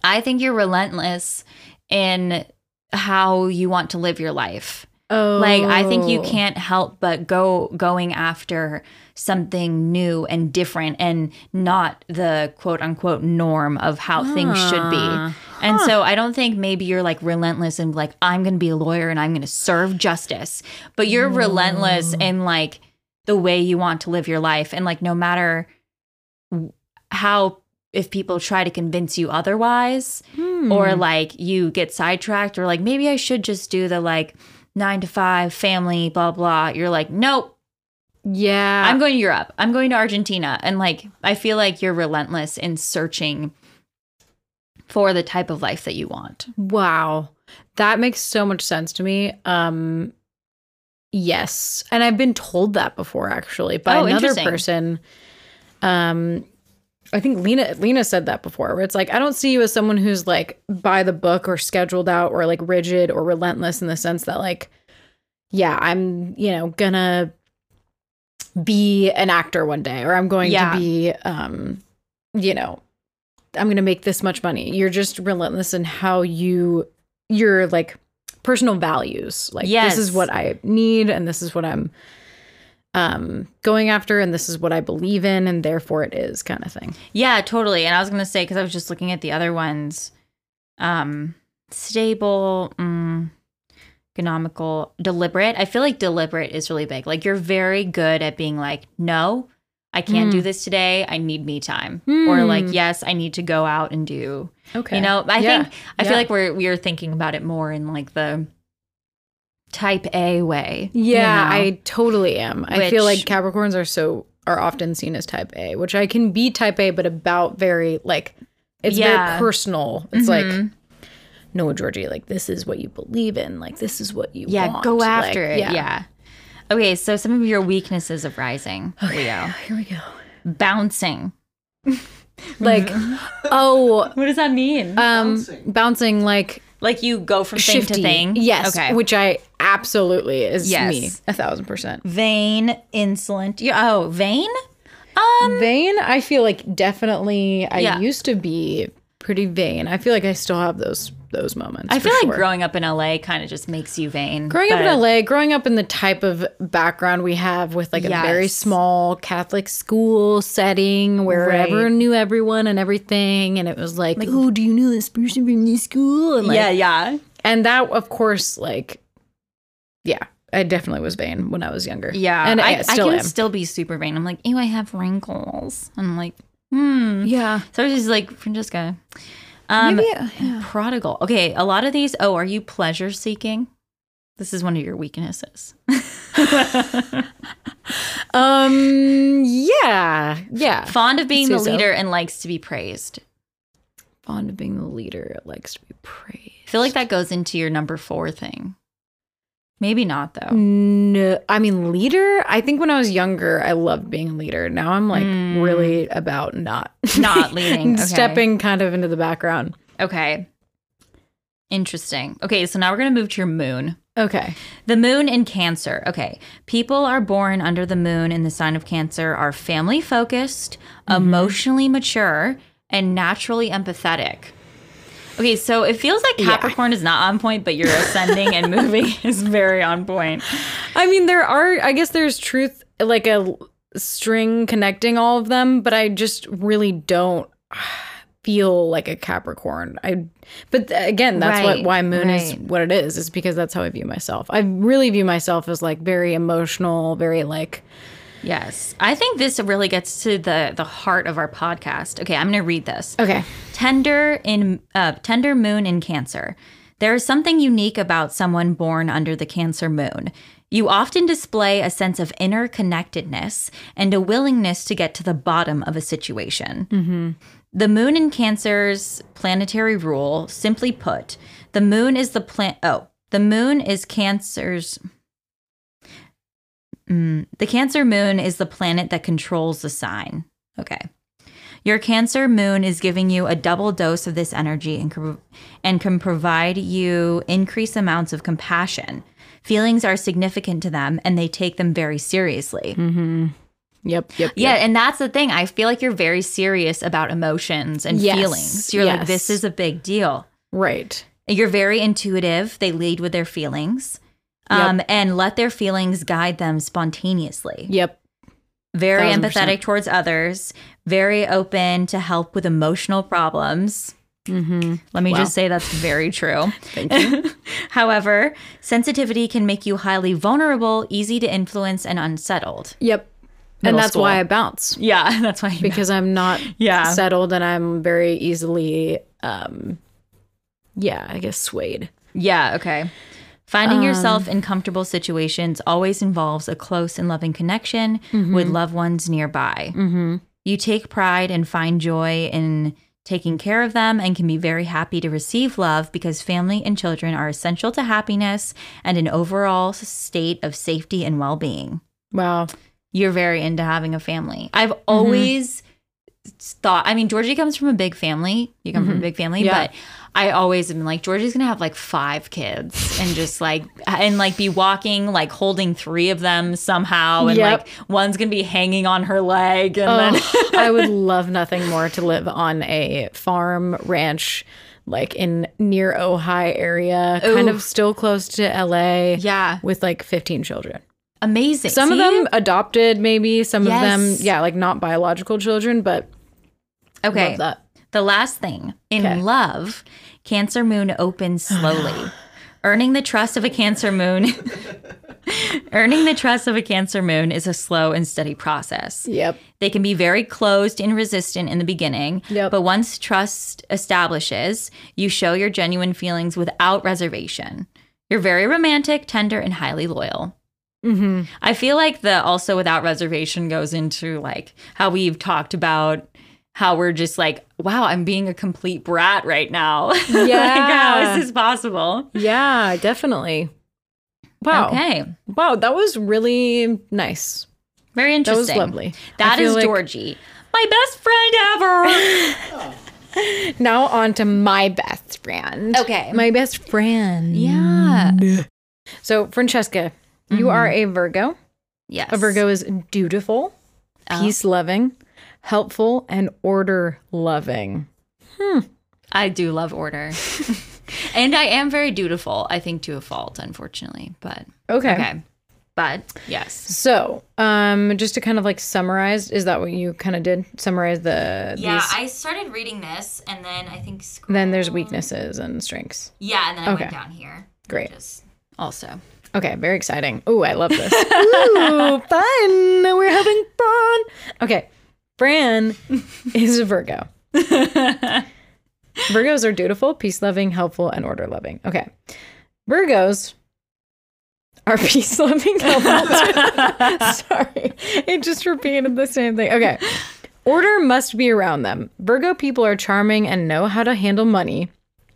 Speaker 1: I think you're relentless in how you want to live your life.
Speaker 3: Oh,
Speaker 1: Like I think you can't help but go going after something new and different and not the quote unquote norm of how things should
Speaker 3: Ah,
Speaker 1: be. And so I don't think maybe you're like relentless and like I'm going to be a lawyer and I'm going to serve justice, but you're relentless in like the way you want to live your life and like no matter w- how if people try to convince you otherwise
Speaker 3: Hmm. Mm-hmm.
Speaker 1: or like you get sidetracked or like maybe I should just do the like 9 to 5 family blah blah you're like nope
Speaker 3: Yeah,
Speaker 1: I'm going to Europe I'm going to Argentina and like I feel like you're relentless in searching for the type of life that you want
Speaker 3: Wow. That makes so much sense to me. Um yes. And I've been told that before actually by
Speaker 1: Oh,
Speaker 3: another
Speaker 1: interesting.
Speaker 3: person. Um I think Lena Lena said that before where it's like I don't see you as someone who's like by the book or scheduled out or like rigid or relentless in the sense that like yeah, I'm, you know, gonna be an actor one day or I'm going
Speaker 1: Yeah.
Speaker 3: to be um you know, I'm going to make this much money. You're just relentless in how you your like personal values. Like
Speaker 1: Yes.
Speaker 3: this is what I need and this is what I'm um going after and this is what I believe in and therefore it is kind of thing.
Speaker 1: Yeah, totally. And I was gonna say because I was just looking at the other ones, um, stable, mm, economical, deliberate. I feel like deliberate is really big. Like you're very good at being like, no, I can't
Speaker 3: Mm.
Speaker 1: do this today. I need me time. Or like, yes, I need to go out and do.
Speaker 3: Okay.
Speaker 1: You know, I
Speaker 3: Yeah.
Speaker 1: think I
Speaker 3: Yeah.
Speaker 1: feel like we're we are thinking about it more in like the type A way. you
Speaker 3: Yeah,
Speaker 1: know?
Speaker 3: I totally am. I feel like
Speaker 1: Which-
Speaker 3: Capricorns are so are often seen as type A, which I can be type A, but about very like it's
Speaker 1: Yeah. Mm-hmm.
Speaker 3: very personal. It's like no, Georgie, like this is what you believe in. Like this is what you
Speaker 1: yeah,
Speaker 3: want.
Speaker 1: go
Speaker 3: Like,
Speaker 1: after it. Yeah. Okay, so some of your weaknesses of rising, Leo.
Speaker 3: Oh, Here we go.
Speaker 1: Bouncing. Mm-hmm.
Speaker 3: Like oh
Speaker 1: What does that mean?
Speaker 3: um
Speaker 2: Bouncing.
Speaker 3: bouncing like
Speaker 1: like you go from thing
Speaker 3: shifty.
Speaker 1: to thing.
Speaker 3: Yes.
Speaker 1: Okay.
Speaker 3: Which I absolutely is
Speaker 1: Yes.
Speaker 3: me. A thousand percent.
Speaker 1: vain, insolent. Yeah, oh, vain? Um
Speaker 3: Vain, I feel like definitely I
Speaker 1: Yeah.
Speaker 3: used to be pretty vain. I feel like I still have those those moments.
Speaker 1: I
Speaker 3: for
Speaker 1: feel like
Speaker 3: sure.
Speaker 1: growing up in LA kind of just makes you vain.
Speaker 3: Growing up
Speaker 1: but-
Speaker 3: in LA, growing up in the type of background we have with like a very
Speaker 1: Yes.
Speaker 3: small Catholic school setting where
Speaker 1: Right.
Speaker 3: everyone knew everyone and everything. And it was like, oh, do you know this person from this school? And like,
Speaker 1: yeah, yeah.
Speaker 3: And that, of course, like, yeah, I definitely was vain when I was younger.
Speaker 1: Yeah.
Speaker 3: And I,
Speaker 1: I,
Speaker 3: still
Speaker 1: I can
Speaker 3: am.
Speaker 1: still be super vain. I'm like, ew, I have wrinkles. And I'm like, hmm.
Speaker 3: yeah.
Speaker 1: So I was just like, Francesca. Um
Speaker 3: Maybe, uh,
Speaker 1: prodigal. Okay, a lot of these, oh, are you pleasure seeking? This is one of your weaknesses.
Speaker 3: Um, yeah. Yeah.
Speaker 1: Fond of being the
Speaker 3: Say so.
Speaker 1: leader and likes to be praised.
Speaker 3: Fond of being the leader, it likes to be praised.
Speaker 1: I feel like that goes into your number four thing. Maybe not though.
Speaker 3: Mm. No, I mean leader. I think when I was younger, I loved being a leader. Now I'm like really about Hmm. not
Speaker 1: Not leading,
Speaker 3: (laughs)
Speaker 1: okay.
Speaker 3: stepping kind of into the background.
Speaker 1: Okay. Interesting. Okay, so now we're going to move to your moon.
Speaker 3: Okay,
Speaker 1: The moon in Cancer. Okay. People are born under the moon in the sign of Cancer are family focused, emotionally mature, and naturally empathetic. Okay, so it feels like Capricorn is not on point, but your ascending and moving is very on point.
Speaker 3: I mean there are. I guess there's truth, like a l- string connecting all of them. But I just really don't feel like a Capricorn. I, but th- again, that's what
Speaker 1: Right,
Speaker 3: why Moon is
Speaker 1: right.
Speaker 3: what it is. Is because that's how I view myself. I really view myself as like very emotional, very like
Speaker 1: Yes. I think this really gets to the the heart of our podcast. Okay, I'm going to read this.
Speaker 3: okay.
Speaker 1: Tender in uh, tender moon in Cancer. There is something unique about someone born under the Cancer moon. You often display a sense of inner connectedness and a willingness to get to the bottom of a situation. Mm-hmm. The moon in Cancer's planetary rule, simply put, the moon is the planet. Oh, the moon is Cancer's. Mm, the Cancer moon is the planet that controls the sign. Okay. Your Cancer moon is giving you a double dose of this energy and can, and can provide you increased amounts of compassion. Feelings are significant to them and they take them very seriously.
Speaker 3: Mm-hmm. Yep. Yep.
Speaker 1: Yeah, and that's the thing. I feel like you're very serious about emotions and
Speaker 3: Yes,
Speaker 1: feelings. You're like,
Speaker 3: yes.
Speaker 1: this is a big deal.
Speaker 3: Right.
Speaker 1: You're very intuitive. They lead with their feelings um, and let their feelings guide them spontaneously.
Speaker 3: Yep.
Speaker 1: Very
Speaker 3: 1000%.
Speaker 1: empathetic towards others, very open to help with emotional problems. Let me just say that's very true.
Speaker 3: Mm-hmm. (laughs) Thank you.
Speaker 1: (laughs) However, sensitivity can make you highly vulnerable, easy to influence, and unsettled.
Speaker 3: yep. and
Speaker 1: Middle
Speaker 3: that's why
Speaker 1: school.
Speaker 3: I bounce
Speaker 1: Yeah, (laughs) that's why. You
Speaker 3: because I'm (laughs) not
Speaker 1: Yeah.
Speaker 3: settled and I'm very easily um yeah, I guess swayed.
Speaker 1: Yeah, okay. Um, Finding yourself in comfortable situations always involves a close and loving connection with loved ones nearby. You take pride and find joy in taking care of them and can be very happy to receive love because family and children are essential to happiness and an overall s- state of safety and well being.
Speaker 3: Wow.
Speaker 1: You're very into having a family. I've
Speaker 3: Mm-hmm.
Speaker 1: always thought, I mean, Georgie comes from a big family. You come from a big family,
Speaker 3: Mm-hmm. Yeah.
Speaker 1: but I always am like, Georgie's gonna have like five kids and just like, and like be walking, like holding three of them somehow. And
Speaker 3: Yep.
Speaker 1: like one's gonna be hanging on her leg. And then, (laughs)
Speaker 3: Oh, I would love nothing more to live on a farm ranch like in near Ojai area, kind
Speaker 1: Ooh.
Speaker 3: of still close to LA.
Speaker 1: yeah,
Speaker 3: With like 15 children.
Speaker 1: amazing.
Speaker 3: Some of
Speaker 1: See?
Speaker 3: them adopted, maybe. Some of them,
Speaker 1: Yes.
Speaker 3: yeah, like not biological children, but
Speaker 1: okay.
Speaker 3: love that.
Speaker 1: The last thing in
Speaker 3: Okay.
Speaker 1: love, Cancer Moon opens slowly. Earning the trust of a Cancer Moon. (laughs) Earning the trust of a Cancer Moon is a slow and steady process.
Speaker 3: Yep.
Speaker 1: They can be very closed and resistant in the beginning,
Speaker 3: Yep.
Speaker 1: but once trust establishes, you show your genuine feelings without reservation. You're very romantic, tender, and highly loyal.
Speaker 3: Mm-hmm.
Speaker 1: I feel like the also without reservation goes into like how we've talked about how we're just like, wow, I'm being a complete brat right now. (laughs) like, how
Speaker 3: Yeah.
Speaker 1: is this possible?
Speaker 3: Yeah, definitely. Wow.
Speaker 1: Okay.
Speaker 3: Wow, that was really nice.
Speaker 1: Very
Speaker 3: That was
Speaker 1: interesting.
Speaker 3: lovely. I
Speaker 1: That
Speaker 3: feel
Speaker 1: is
Speaker 3: like-
Speaker 1: Georgie. My best friend
Speaker 3: (laughs)
Speaker 1: ever.
Speaker 3: Now on to my best friend.
Speaker 1: Okay.
Speaker 3: My best friend.
Speaker 1: yeah.
Speaker 3: Mm.
Speaker 1: Mm-hmm.
Speaker 3: So, Francesca, you are a Virgo.
Speaker 1: Yes.
Speaker 3: A Virgo is dutiful,
Speaker 1: Oh.
Speaker 3: peace loving, helpful, and order loving.
Speaker 1: I do
Speaker 3: (laughs)
Speaker 1: love order. and I am very dutiful, I think to a fault, unfortunately. But
Speaker 3: Okay.
Speaker 1: okay. But yes.
Speaker 3: So, um, just to kind of like summarize, is that what you kind of did? Summarize the these.
Speaker 1: I started reading this and then I think
Speaker 3: then there's weaknesses and strengths.
Speaker 1: Yeah, and then
Speaker 3: went Okay.
Speaker 1: down here.
Speaker 3: Great.
Speaker 1: Also.
Speaker 3: Okay, very exciting. Ooh, I love this. (laughs) Ooh, fun. We're having fun. Okay, Fran is a (laughs) Virgo. Virgos are dutiful, peace loving, helpful, and order loving. Okay. Virgos are (laughs) peace loving, (laughs) helpful. Sorry, it just repeated the same thing. Okay. Order must be around them. Virgo people are charming and know how to handle money.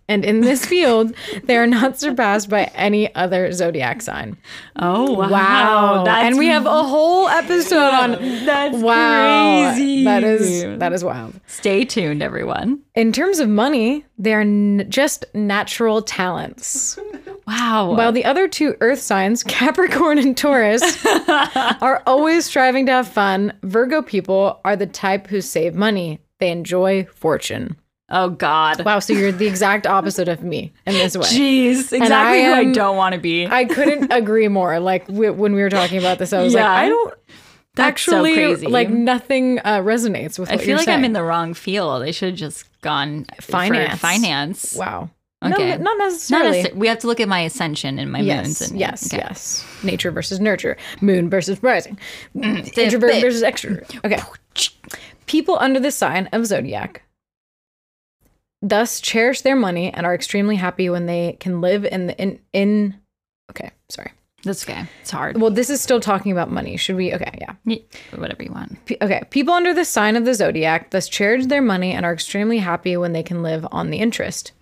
Speaker 3: And in this (laughs) field, they are not surpassed by any other zodiac sign.
Speaker 1: Oh wow.
Speaker 3: and we have a whole episode
Speaker 1: (laughs)
Speaker 3: on
Speaker 1: that's
Speaker 3: Wow.
Speaker 1: crazy.
Speaker 3: That is that is wild.
Speaker 1: Stay tuned, everyone.
Speaker 3: In terms of money, they are n- just natural talents.
Speaker 1: Wow.
Speaker 3: While the other two earth signs, (laughs) Capricorn and
Speaker 1: (laughs)
Speaker 3: Taurus, are always striving to have fun, Virgo people are the type who save money. They enjoy fortune.
Speaker 1: oh God.
Speaker 3: Wow, so you're the exact opposite of me in this
Speaker 1: (laughs)
Speaker 3: way.
Speaker 1: Jeez. Exactly
Speaker 3: I
Speaker 1: who
Speaker 3: am-
Speaker 1: I don't want to be.
Speaker 3: I
Speaker 1: (laughs)
Speaker 3: couldn't agree more. Like w- when we were talking about this, I was
Speaker 1: Yeah.
Speaker 3: like, I don't
Speaker 1: That's so
Speaker 3: actually
Speaker 1: crazy.
Speaker 3: like nothing uh, resonates with.
Speaker 1: I
Speaker 3: What
Speaker 1: feel
Speaker 3: you're
Speaker 1: like I'm in
Speaker 3: saying.
Speaker 1: the wrong field. They should have just gone finance. For
Speaker 3: Finance.
Speaker 1: finance.
Speaker 3: wow.
Speaker 1: Okay.
Speaker 3: No, not
Speaker 1: Not
Speaker 3: necessarily.
Speaker 1: necessar- we have to look at my ascension and my
Speaker 3: Yes,
Speaker 1: moons. And,
Speaker 3: yes,
Speaker 1: okay.
Speaker 3: yes. Nature versus nurture. Moon versus rising. (laughs)
Speaker 1: Mm,
Speaker 3: Introvert
Speaker 1: bit.
Speaker 3: versus
Speaker 1: (laughs)
Speaker 3: extrovert. Okay. People under the sign of zodiac thus cherish their money and are extremely happy when they can live in the in in. Okay, sorry.
Speaker 1: That's okay. It's hard.
Speaker 3: Well, this is still talking about money. Should we? Okay, yeah.
Speaker 1: Yeah, Whatever you want.
Speaker 3: P- okay, people under the sign of the zodiac thus cherish their money and are extremely happy when they can live on the interest.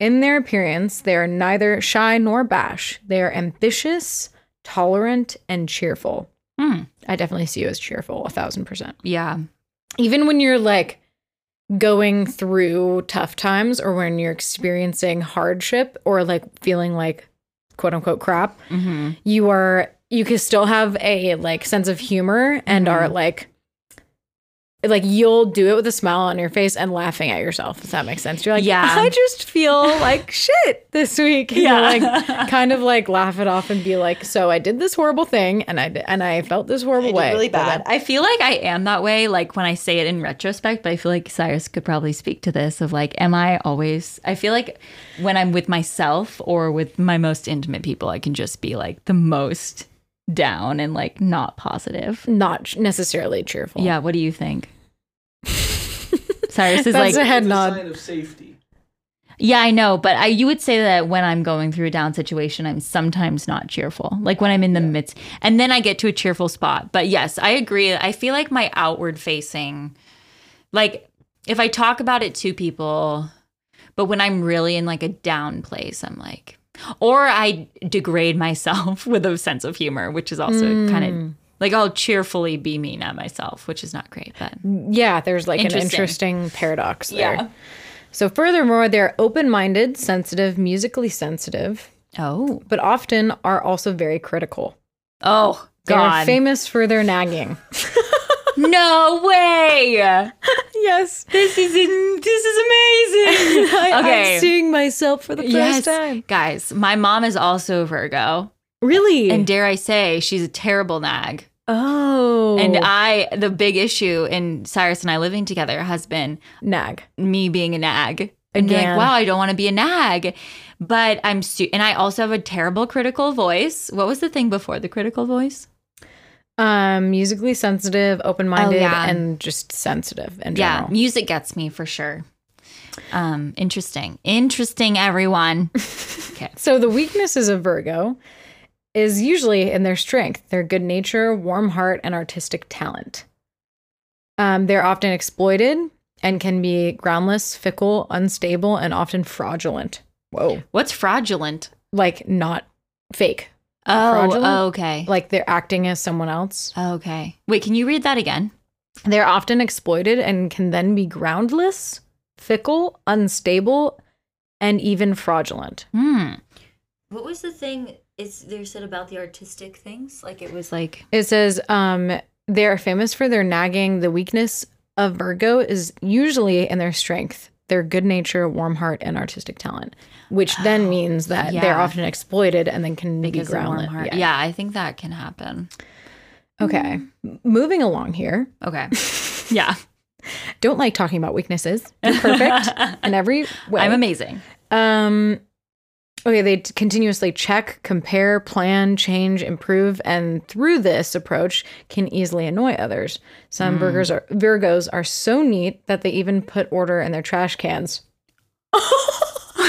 Speaker 3: In their appearance, they are neither shy nor bash. They are ambitious, tolerant, and cheerful.
Speaker 1: Hmm.
Speaker 3: I definitely see you as cheerful, a thousand percent.
Speaker 1: Yeah.
Speaker 3: Even when you're like going through tough times or when you're experiencing hardship or like feeling like quote unquote crap,
Speaker 1: hmm
Speaker 3: you are you can still have a like sense of humor and
Speaker 1: Mhm.
Speaker 3: are like like you'll do it with a smile on your face and laughing at yourself if that makes sense you're like
Speaker 1: Yeah.
Speaker 3: i just feel like shit this week And you'll,
Speaker 1: Yeah. (laughs)
Speaker 3: like kind of like laugh it off and be like so i did this horrible thing and i did, and i felt this horrible way But then-
Speaker 1: I feel like I am that way, like when I say it in retrospect, but I feel like Cyrus could probably speak to this of like, am I always, I feel like when I'm with myself or with my most intimate people, I can just be like the most down and like not positive.
Speaker 3: not necessarily cheerful
Speaker 1: Yeah. What do you
Speaker 3: (laughs)
Speaker 1: think? Cyrus is
Speaker 3: That's
Speaker 1: like,
Speaker 3: a head
Speaker 2: It's
Speaker 3: nod
Speaker 2: a sign of safety.
Speaker 1: yeah, I know, but I, you would say that when I'm going through a down situation, I'm sometimes not cheerful. Like when I'm in the midst, and then I get to a cheerful spot. But yes, I agree. I feel like my outward facing, like if I talk about it to people, but when I'm really in like a down place, I'm like, or I degrade myself (laughs) with a sense of humor, which is also kind
Speaker 3: Hmm.
Speaker 1: of like I'll cheerfully be mean at myself, which is not great. But
Speaker 3: Yeah, there's like an
Speaker 1: Interesting.
Speaker 3: interesting paradox there.
Speaker 1: Yeah.
Speaker 3: So, furthermore, they're open minded, sensitive, musically sensitive,
Speaker 1: oh,
Speaker 3: but often are also very critical.
Speaker 1: oh,
Speaker 3: They're
Speaker 1: God, (laughs)
Speaker 3: famous for their nagging.
Speaker 1: no way.
Speaker 3: (laughs) yes.
Speaker 1: This is in, this is (laughs) amazing.
Speaker 3: I,
Speaker 1: Okay.
Speaker 3: I'm seeing myself for the first
Speaker 1: yes,
Speaker 3: time.
Speaker 1: guys. My mom is also a Virgo,
Speaker 3: Really?
Speaker 1: and dare I say, she's a terrible nag.
Speaker 3: oh.
Speaker 1: And I, the big issue in Cyrus and I living together has been
Speaker 3: nag.
Speaker 1: me being a nag. and be like,
Speaker 3: Yeah.
Speaker 1: wow, I don't want to be a nag. But I'm stu- and I also have a terrible critical voice. What was the thing before the critical voice?
Speaker 3: Um, musically sensitive, open minded,
Speaker 1: Oh, yeah.
Speaker 3: and just sensitive in
Speaker 1: Yeah,
Speaker 3: general.
Speaker 1: music gets me for sure. Um, interesting. Interesting, everyone. okay.
Speaker 3: So the weaknesses of Virgo is usually in their strength, their good nature, warm heart, and artistic talent. Um, they're often exploited and can be groundless, fickle, unstable, and often fraudulent. Whoa.
Speaker 1: What's fraudulent?
Speaker 3: Like not fake.
Speaker 1: Oh,
Speaker 3: Fraudulent?
Speaker 1: okay.
Speaker 3: Like they're acting as someone else.
Speaker 1: Okay. Wait, can you read that again?
Speaker 3: They're often exploited and can then be groundless, fickle, unstable, and even fraudulent.
Speaker 1: Hmm.
Speaker 4: What was the thing? Is there said about the artistic things? Like it
Speaker 1: It
Speaker 4: was.
Speaker 1: was like,
Speaker 3: It says um, they are famous for their nagging. The weakness of Virgo is usually in their strength, their good nature, warm heart, and artistic talent, which then means that they're
Speaker 1: Oh, yeah.
Speaker 3: often exploited and then can
Speaker 1: because
Speaker 3: be
Speaker 1: of warm
Speaker 3: grounded.
Speaker 1: heart. Yeah. I think that can happen.
Speaker 3: Okay.
Speaker 1: Mm.
Speaker 3: M- Moving along here.
Speaker 1: Okay. (laughs) yeah.
Speaker 3: Don't like talking about weaknesses. You're perfect
Speaker 1: (laughs)
Speaker 3: in every way.
Speaker 1: I'm amazing.
Speaker 3: Um, okay, they t- continuously check, compare, plan, change, improve, and through this approach can easily annoy others. Some burgers are Virgos are so neat that they even put order in their trash cans. (laughs) you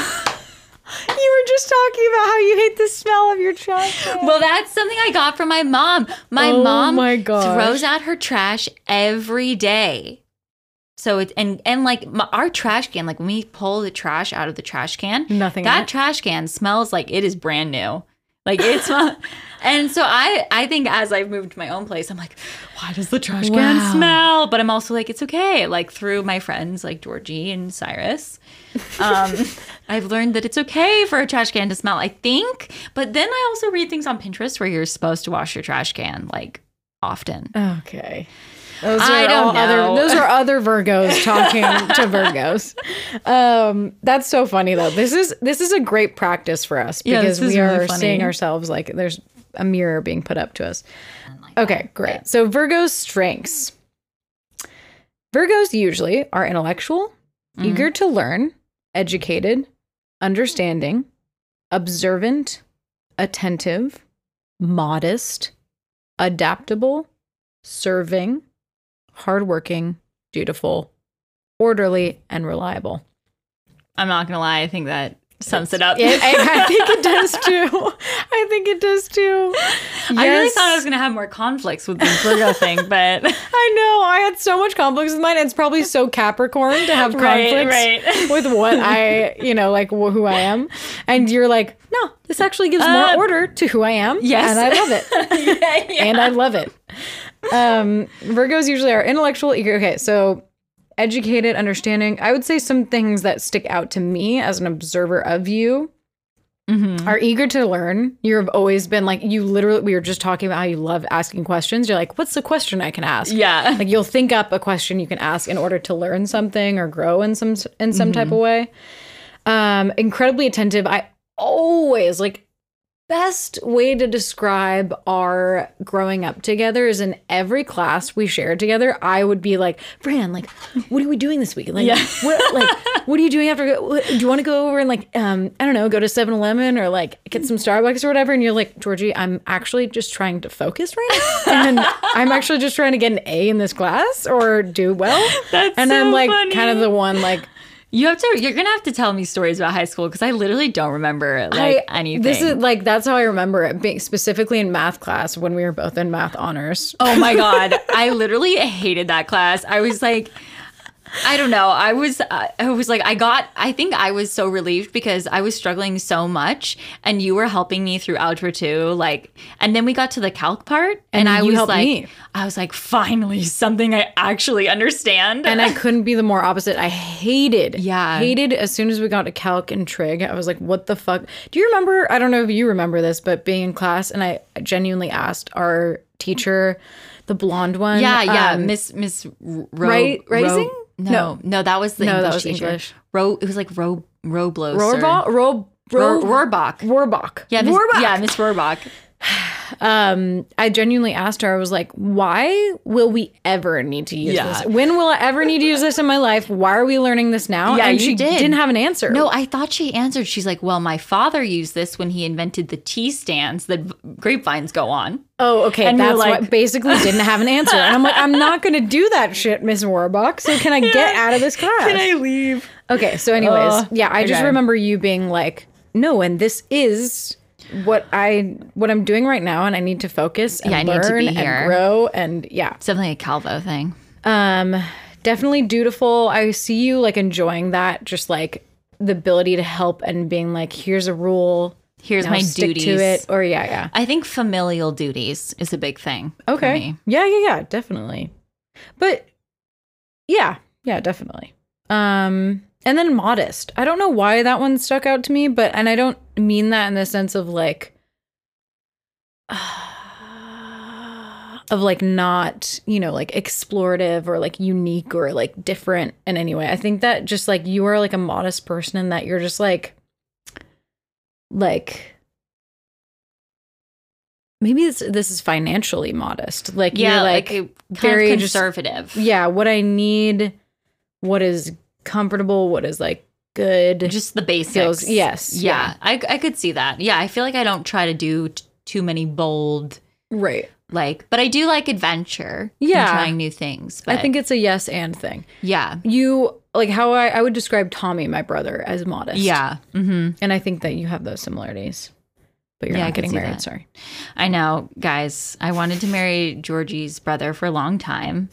Speaker 3: were just talking about how you hate the smell of your trash can.
Speaker 1: Well, that's something I got from my mom. My
Speaker 3: Oh
Speaker 1: mom
Speaker 3: my gosh.
Speaker 1: throws out her trash every day. So it's and and like my, our trash can, like when we pull the trash out of the trash can,
Speaker 3: Nothing in
Speaker 1: That
Speaker 3: it.
Speaker 1: trash can smells like it is brand new. Like it's smell- and so I I think as I've moved to my own place, I'm like, why does the trash
Speaker 3: Wow.
Speaker 1: can smell? But I'm also like, it's okay. Like through my friends like Georgie and Cyrus,
Speaker 3: (laughs)
Speaker 1: um, I've learned that it's okay for a trash can to smell, I think. But then I also read things on Pinterest where you're supposed to wash your trash can like often.
Speaker 3: Okay. Those are
Speaker 1: I don't
Speaker 3: all (laughs)
Speaker 1: know.
Speaker 3: other those are other Virgos talking (laughs) to Virgos. Um that's so funny though. This is this is a great practice for us
Speaker 1: Yeah,
Speaker 3: because
Speaker 1: this is
Speaker 3: we are
Speaker 1: really funny.
Speaker 3: seeing ourselves like there's a mirror being put up to us. Okay, great. So Virgo's strengths. Virgos usually are intellectual,
Speaker 1: Mm-hmm.
Speaker 3: eager to learn, educated, understanding, observant, attentive, modest, adaptable, serving, hardworking, dutiful, orderly, and reliable.
Speaker 1: I'm not gonna lie, I think that sums it up.
Speaker 3: It- I, I think it does too. I think it does too.
Speaker 1: (laughs) I really
Speaker 3: Yes.
Speaker 1: thought I was gonna have more conflicts with the Virgo thing, but
Speaker 3: I know. I had so much conflicts with mine. It's probably so Capricorn to have
Speaker 1: (laughs) Right,
Speaker 3: (laughs) conflicts
Speaker 1: right.
Speaker 3: with
Speaker 1: (laughs)
Speaker 3: what I, you know, like wh- who I am. And you're like, no, this actually gives more
Speaker 1: Uh,
Speaker 3: order to who I am.
Speaker 1: yes.
Speaker 3: And I love
Speaker 1: (laughs)
Speaker 3: it.
Speaker 1: yeah, yeah.
Speaker 3: And I love it. Um, Virgos usually are intellectual, eager. Okay, so educated, understanding. I would say some things that stick out to me as an observer of you
Speaker 1: Mm-hmm.
Speaker 3: are eager to learn. You've always been like, you literally, we were just talking about how you love asking questions. You're like, what's the question I can ask?
Speaker 1: Yeah.
Speaker 3: like you'll think up a question you can ask in order to learn something or grow in some in some
Speaker 1: Mm-hmm.
Speaker 3: type of way um incredibly attentive i always like best way to describe our growing up together is in every class we shared together i would be like bran like what are we doing this week like (laughs) what like what are you doing after what, do you want to go over and like um i don't know go to 7-eleven or like get some starbucks or whatever and you're like georgie i'm actually just trying to focus right
Speaker 1: (laughs)
Speaker 3: now and i'm actually just trying to get an a in this class or do well
Speaker 1: That's
Speaker 3: and
Speaker 1: so
Speaker 3: i'm like
Speaker 1: funny.
Speaker 3: kind of the one like
Speaker 1: You have to. You're gonna have to tell me stories about high school because I literally don't remember like anything.
Speaker 3: This is like that's how I remember it being specifically in math class when we were both in math honors.
Speaker 1: oh
Speaker 3: (laughs)
Speaker 1: my god! I literally hated that class. I was like, I don't know. I was. I I was like, I got. I think I was so relieved because I was struggling so much, and you were helping me through algebra two. Like, and then we got to the calc part, and,
Speaker 3: And
Speaker 1: I
Speaker 3: you
Speaker 1: was
Speaker 3: helped
Speaker 1: like,
Speaker 3: me.
Speaker 1: I was like, finally something I actually understand.
Speaker 3: And I couldn't be the more opposite. I hated,
Speaker 1: Yeah.
Speaker 3: hated as soon as we got to calc and trig. I was like, "What the fuck?" Do you remember? I don't know if you remember this, but being in class, and I genuinely asked our teacher, the blonde one,
Speaker 1: yeah, yeah,
Speaker 3: um,
Speaker 1: Miss Miss Ro-
Speaker 3: Ri-
Speaker 1: Ro-
Speaker 3: Rising?
Speaker 1: no, no, that was the
Speaker 3: No, that
Speaker 1: English
Speaker 3: was
Speaker 1: teacher.
Speaker 3: English.
Speaker 1: Ro, it was like Ro Roblos. or-
Speaker 3: Rohrbach, Roh,
Speaker 1: Ro-
Speaker 3: Roh,
Speaker 1: Rohrbach.
Speaker 3: Rohrbach.
Speaker 1: Yeah, Miss,
Speaker 3: Rohrbach.
Speaker 1: yeah, Miss Rohrbach.
Speaker 3: um, I genuinely asked her, I was like, why will we ever need to use
Speaker 2: Yeah.
Speaker 3: this? When will I ever need to use this in my life? Why are we learning this now?
Speaker 1: Yeah,
Speaker 3: and
Speaker 1: you
Speaker 3: she
Speaker 1: did.
Speaker 3: didn't have an answer.
Speaker 1: No, I thought she answered. She's like, "Well, my father used this when he invented the tea stands that v- grapevines go on."
Speaker 3: Oh, okay.
Speaker 1: And we were
Speaker 3: that's why
Speaker 1: like-
Speaker 3: basically didn't have an answer. And I'm like, I'm not going to do that shit, Miss Warbuck. So can I get out of this class?
Speaker 1: leave?
Speaker 3: Okay. So, anyways,
Speaker 1: Oh,
Speaker 3: yeah, I just
Speaker 1: okay.
Speaker 3: remember you being like, no, and this is what I what I'm doing right now, and I need to focus and
Speaker 1: Yeah, I need
Speaker 3: learn
Speaker 1: to be here.
Speaker 3: and grow, and yeah,
Speaker 1: Something a Calvo thing.
Speaker 3: um, definitely dutiful. I see you like enjoying that, just like the ability to help and being like, here's a rule,
Speaker 1: Here's
Speaker 3: now
Speaker 1: my
Speaker 3: stick
Speaker 1: duties.
Speaker 3: to it, or yeah, yeah.
Speaker 1: I think familial duties is a big thing. for
Speaker 3: Okay.
Speaker 1: me.
Speaker 3: Yeah, yeah, yeah, definitely. But yeah, yeah, definitely. Um and then modest. I don't know why that one stuck out to me, but and I don't mean that in the sense of like (sighs) of like not, you know, like explorative or like unique or like different in any way. I think that just like you are like a modest person and that you're just like like maybe this this is financially modest. Like
Speaker 1: Yeah,
Speaker 3: you're
Speaker 1: like,
Speaker 3: like,
Speaker 1: kind
Speaker 3: very
Speaker 1: of
Speaker 3: just-
Speaker 1: conservative.
Speaker 3: yeah, what I need, what is comfortable, what is like good.
Speaker 1: just the basics.
Speaker 3: Feels- yes,
Speaker 1: Yeah, I, I could see that. Yeah, I feel like I don't try to do t- too many bold
Speaker 3: right.
Speaker 1: like, but I do like adventure. and
Speaker 3: Yeah.
Speaker 1: trying new things.
Speaker 3: I
Speaker 1: but
Speaker 3: think it's a yes and thing.
Speaker 1: yeah,
Speaker 3: You like how I, I would describe Tommy, my brother, as modest.
Speaker 1: yeah. hmm
Speaker 3: And I think that you have those similarities. But you're
Speaker 1: Yeah, I
Speaker 3: not
Speaker 1: could
Speaker 3: getting
Speaker 1: see
Speaker 3: married,
Speaker 1: that.
Speaker 3: sorry.
Speaker 1: I know, guys. I wanted to marry Georgie's brother for a long time,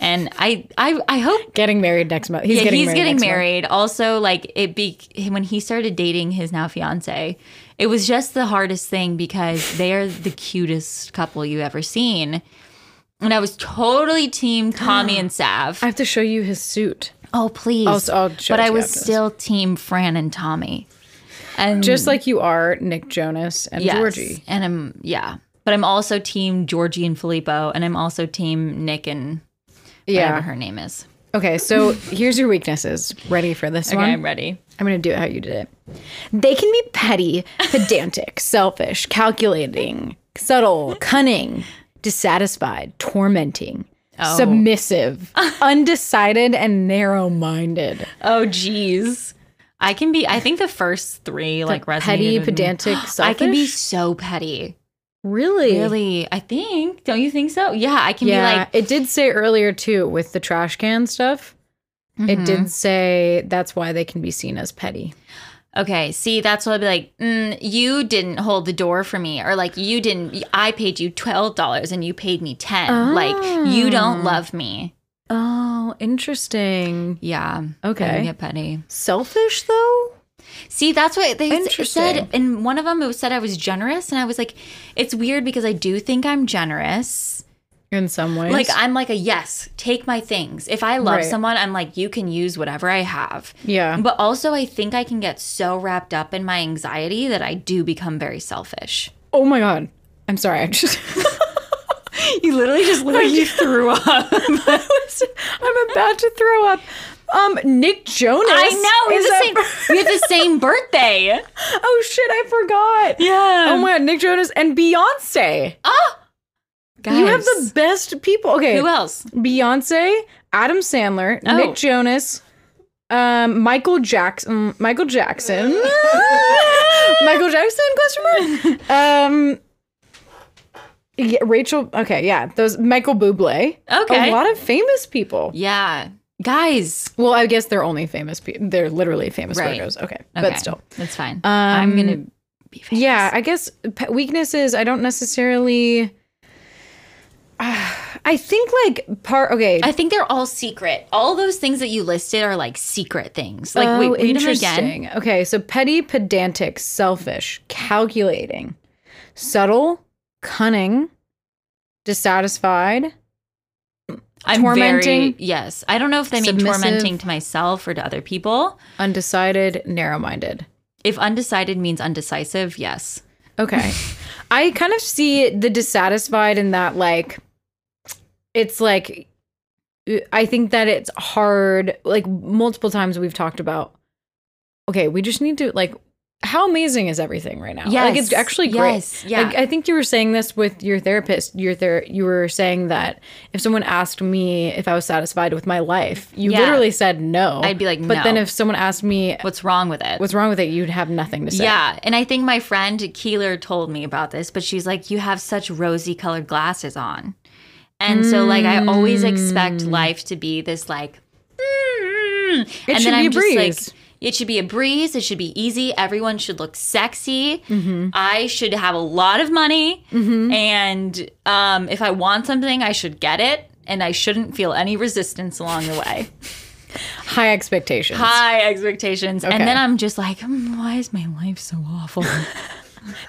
Speaker 1: and I, I, I hope
Speaker 3: Getting married next month. He's
Speaker 1: yeah,
Speaker 3: getting
Speaker 1: he's
Speaker 3: married.
Speaker 1: getting
Speaker 3: next month.
Speaker 1: married. Also, like it be when he started dating his now fiance, it was just the hardest thing because they are the cutest couple you ever seen. And I was totally team Tommy
Speaker 3: (gasps)
Speaker 1: and Sav.
Speaker 3: I have to show you his suit.
Speaker 1: oh please!
Speaker 3: I'll- I'll show
Speaker 1: but
Speaker 3: it to
Speaker 1: I
Speaker 3: you
Speaker 1: was
Speaker 3: after this.
Speaker 1: still team Fran and Tommy. And
Speaker 3: Just like you are Nick Jonas and
Speaker 1: Yes.
Speaker 3: Georgie.
Speaker 1: And I'm yeah. But I'm also team Georgie and Filippo, and I'm also team Nick and whatever
Speaker 3: Yeah.
Speaker 1: her name is.
Speaker 3: Okay, so here's your weaknesses. Ready for this
Speaker 1: Okay,
Speaker 3: one?
Speaker 1: I'm ready.
Speaker 3: I'm going to do it how you did it. They can be petty,
Speaker 1: (laughs)
Speaker 3: pedantic, selfish, calculating, subtle, cunning, dissatisfied, tormenting,
Speaker 1: Oh. (laughs)
Speaker 3: submissive, undecided, and narrow minded.
Speaker 1: Oh geez. I can be I think the first three like resonated
Speaker 3: Petty,
Speaker 1: with me.
Speaker 3: pedantic, selfish.
Speaker 1: (gasps) I can be so petty.
Speaker 3: really.
Speaker 1: Really, I think. Don't you think so? Yeah, I can
Speaker 3: yeah,
Speaker 1: be like
Speaker 3: it did say earlier too with the trash can stuff. It
Speaker 1: Mm-hmm.
Speaker 3: did say that's why they can be seen as petty.
Speaker 1: Okay, see, that's what I'd be like. Mm, you didn't hold the door for me, or like you didn't. I paid you twelve dollars and you paid me ten. Like you don't
Speaker 3: Ah.
Speaker 1: love me.
Speaker 3: Oh, interesting.
Speaker 1: Yeah. I
Speaker 3: Okay.
Speaker 1: can get petty.
Speaker 3: Selfish though?
Speaker 1: See, that's what they s-
Speaker 3: Interesting.
Speaker 1: said. In one of them, it was said I was generous, and I was like, it's weird because I do think I'm generous.
Speaker 3: In some ways.
Speaker 1: Like I'm like a yes, take my things. If I love
Speaker 3: Right.
Speaker 1: someone, I'm like you can use whatever I have.
Speaker 3: Yeah.
Speaker 1: But also, I think I can get so wrapped up in my anxiety that I do become very selfish.
Speaker 3: Oh my god. I'm sorry. I just
Speaker 1: (laughs) You literally just look like you threw
Speaker 3: (laughs)
Speaker 1: (laughs) up.
Speaker 3: I'm about to throw up. Um Nick Jonas.
Speaker 1: I know. We
Speaker 3: is
Speaker 1: have, the
Speaker 3: up-
Speaker 1: same, we have the same birthday.
Speaker 3: (laughs) Oh shit, I forgot.
Speaker 1: Yeah. Oh,
Speaker 3: Oh my god, Nick Jonas and Beyonce.
Speaker 1: Guys,
Speaker 3: You have the best people. Okay.
Speaker 1: who else?
Speaker 3: Beyonce, Adam Sandler,
Speaker 1: Oh.
Speaker 3: Nick Jonas, um, Michael Jackson, Michael
Speaker 1: (laughs)
Speaker 3: Jackson, Michael Jackson? Question mark. Um, yeah, Rachel. Okay, yeah, those Michael Bublé.
Speaker 1: Okay.
Speaker 3: a lot of famous people.
Speaker 1: Yeah, guys.
Speaker 3: Well, I guess they're only famous. Pe- they're literally famous
Speaker 1: Right.
Speaker 3: photos. Okay,
Speaker 1: Okay,
Speaker 3: but still, Um,
Speaker 1: that's fine. I'm gonna be famous.
Speaker 3: yeah. I guess pe- weaknesses. I don't necessarily. (sighs) I think like part. Okay,
Speaker 1: I think they're all secret. All those things that you listed are like secret things. Like,
Speaker 3: oh,
Speaker 1: wait, read them again.
Speaker 3: interesting. Okay, so petty, pedantic, selfish, calculating, subtle, cunning, dissatisfied.
Speaker 1: I'm
Speaker 3: Tormenting.
Speaker 1: Very, yes, I don't know if they mean
Speaker 3: Submissive.
Speaker 1: tormenting to myself or to other people.
Speaker 3: undecided, narrow minded.
Speaker 1: If undecided means undecisive, yes.
Speaker 3: Okay. I kind of see the dissatisfied in that, like, it's like, I think that it's hard. Like, multiple times we've talked about, okay, we just need to, like, how amazing is everything right now? like it's
Speaker 1: Yes,
Speaker 3: actually great.
Speaker 1: yes, yeah.
Speaker 3: Like, I think you were saying this with your therapist. Your ther- you were saying that if someone asked me if I was satisfied with my life, you
Speaker 1: Yeah.
Speaker 3: literally said no.
Speaker 1: I'd be like,
Speaker 3: but then
Speaker 1: "No."
Speaker 3: if someone asked me
Speaker 1: What's wrong with it?
Speaker 3: what's wrong with it, you'd have nothing to say.
Speaker 1: Yeah, and I think my friend Keeler told me about this, but she's like, "You have such rosy colored glasses on," and so like I always expect
Speaker 3: Mm.
Speaker 1: life to be this like, mm, and
Speaker 3: should
Speaker 1: then
Speaker 3: be a
Speaker 1: I'm just
Speaker 3: breeze.
Speaker 1: like, it should be a breeze. It should be easy. Everyone should look sexy.
Speaker 3: Mm-hmm.
Speaker 1: I should have a lot of money, and um, if I want something, I should get it. And I shouldn't feel any resistance along
Speaker 3: (laughs)
Speaker 1: the way.
Speaker 3: High expectations.
Speaker 1: High expectations.
Speaker 3: Okay.
Speaker 1: And then I'm just like, "Mm, why is my life so awful?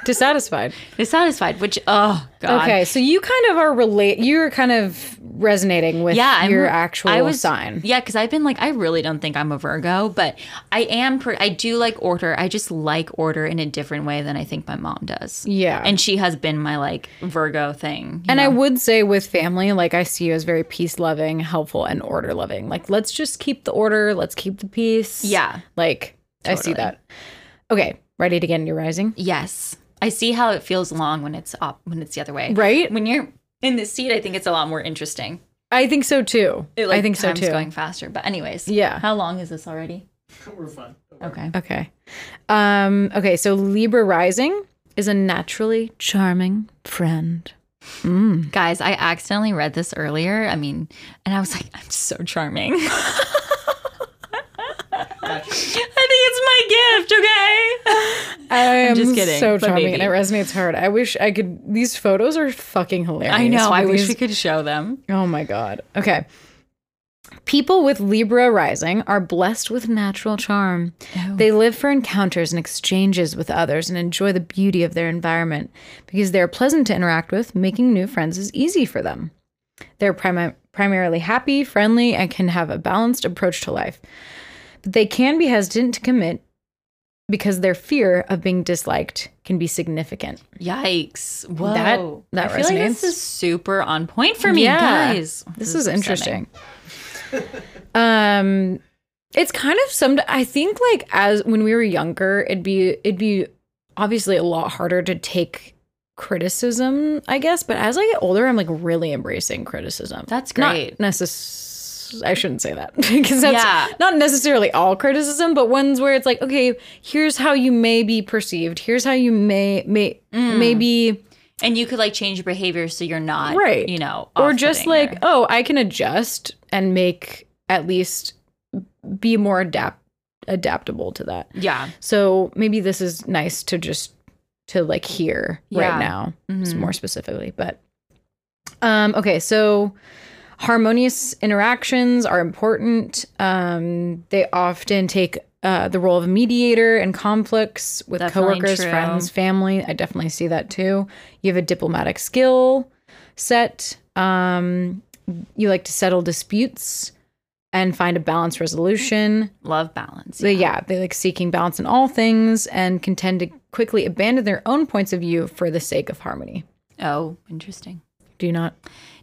Speaker 3: Dissatisfied.
Speaker 1: dissatisfied which oh god
Speaker 3: Okay, so you kind of are relate. You're kind of resonating with
Speaker 1: yeah I'm-
Speaker 3: your actual
Speaker 1: I was,
Speaker 3: sign.
Speaker 1: yeah because i've been like i really don't think i'm a virgo but i am pre- i do like order i just like order in a different way than i think my mom does
Speaker 3: Yeah.
Speaker 1: and she has been my like virgo thing
Speaker 3: And I would say with family, like I see you as very peace loving, helpful, and order loving. Like let's just keep the order, let's keep the peace.
Speaker 1: Yeah.
Speaker 3: Like I see
Speaker 1: Totally.
Speaker 3: that. Okay, ready to get into your rising?
Speaker 1: yes i see how it feels long when it's up when it's the other way
Speaker 3: Right?
Speaker 1: when you're in the seat i think it's a lot more interesting
Speaker 3: I think so too.
Speaker 1: It, like,
Speaker 3: I think so
Speaker 1: time's
Speaker 3: too.
Speaker 1: going faster but anyways
Speaker 3: Yeah.
Speaker 1: how long is this already
Speaker 2: We're fine.
Speaker 1: okay
Speaker 3: Okay. Um, okay, so Libra rising is a naturally charming friend.
Speaker 1: Guys, I accidentally read this earlier. I mean, and I was like, I'm so charming. (laughs) I think it's my gift, okay?
Speaker 3: I'm
Speaker 1: just kidding,
Speaker 3: So
Speaker 1: but
Speaker 3: charming, and it
Speaker 1: maybe.
Speaker 3: resonates hard. I wish I could. These photos are fucking hilarious.
Speaker 1: I know. I wish
Speaker 3: These-
Speaker 1: we could show them.
Speaker 3: Oh my God. Okay. People with Libra rising are blessed with natural charm. They live for encounters and exchanges with others and enjoy the beauty of their environment because they are pleasant to interact with, making new friends is easy for them. They're primi- primarily happy, friendly, and can have a balanced approach to life. But they can be hesitant to commit because their fear of being disliked can be significant.
Speaker 1: Yikes. Whoa.
Speaker 3: That- that
Speaker 1: I feel like
Speaker 3: resonates.
Speaker 1: this is super on point for me, guys.
Speaker 3: This is
Speaker 1: upsetting.
Speaker 3: interesting. um it's kind of some I think like as when we were younger, it'd be it'd be obviously a lot harder to take criticism, I guess, but as I get older, I'm like really embracing criticism.
Speaker 1: That's
Speaker 3: Not
Speaker 1: great.
Speaker 3: necess- I shouldn't say that (laughs) because that's
Speaker 1: Yeah.
Speaker 3: not necessarily all criticism, but ones where it's like, okay, here's how you may be perceived. Here's how you may may
Speaker 1: Mm.
Speaker 3: maybe
Speaker 1: And you could like change your behavior so you're not,
Speaker 3: right
Speaker 1: you know,
Speaker 3: or just
Speaker 1: off-putting
Speaker 3: like
Speaker 1: or-
Speaker 3: oh i can adjust and make at least be more adapt adaptable to that
Speaker 1: yeah.
Speaker 3: so maybe this is nice to just to like hear
Speaker 1: Yeah. Mm-hmm.
Speaker 3: right now s- more specifically but um okay so harmonious interactions are important um they often take uh, the role of mediator in conflicts with
Speaker 1: Definitely
Speaker 3: coworkers,
Speaker 1: true.
Speaker 3: friends, family. I definitely see that too. You have a diplomatic skill set. Um, you like to settle disputes and find a balanced resolution.
Speaker 1: Love balance.
Speaker 3: They, yeah, they like seeking balance in all things and can tend to quickly abandon their own points of view for the sake of harmony.
Speaker 1: Oh, interesting.
Speaker 3: Do you not?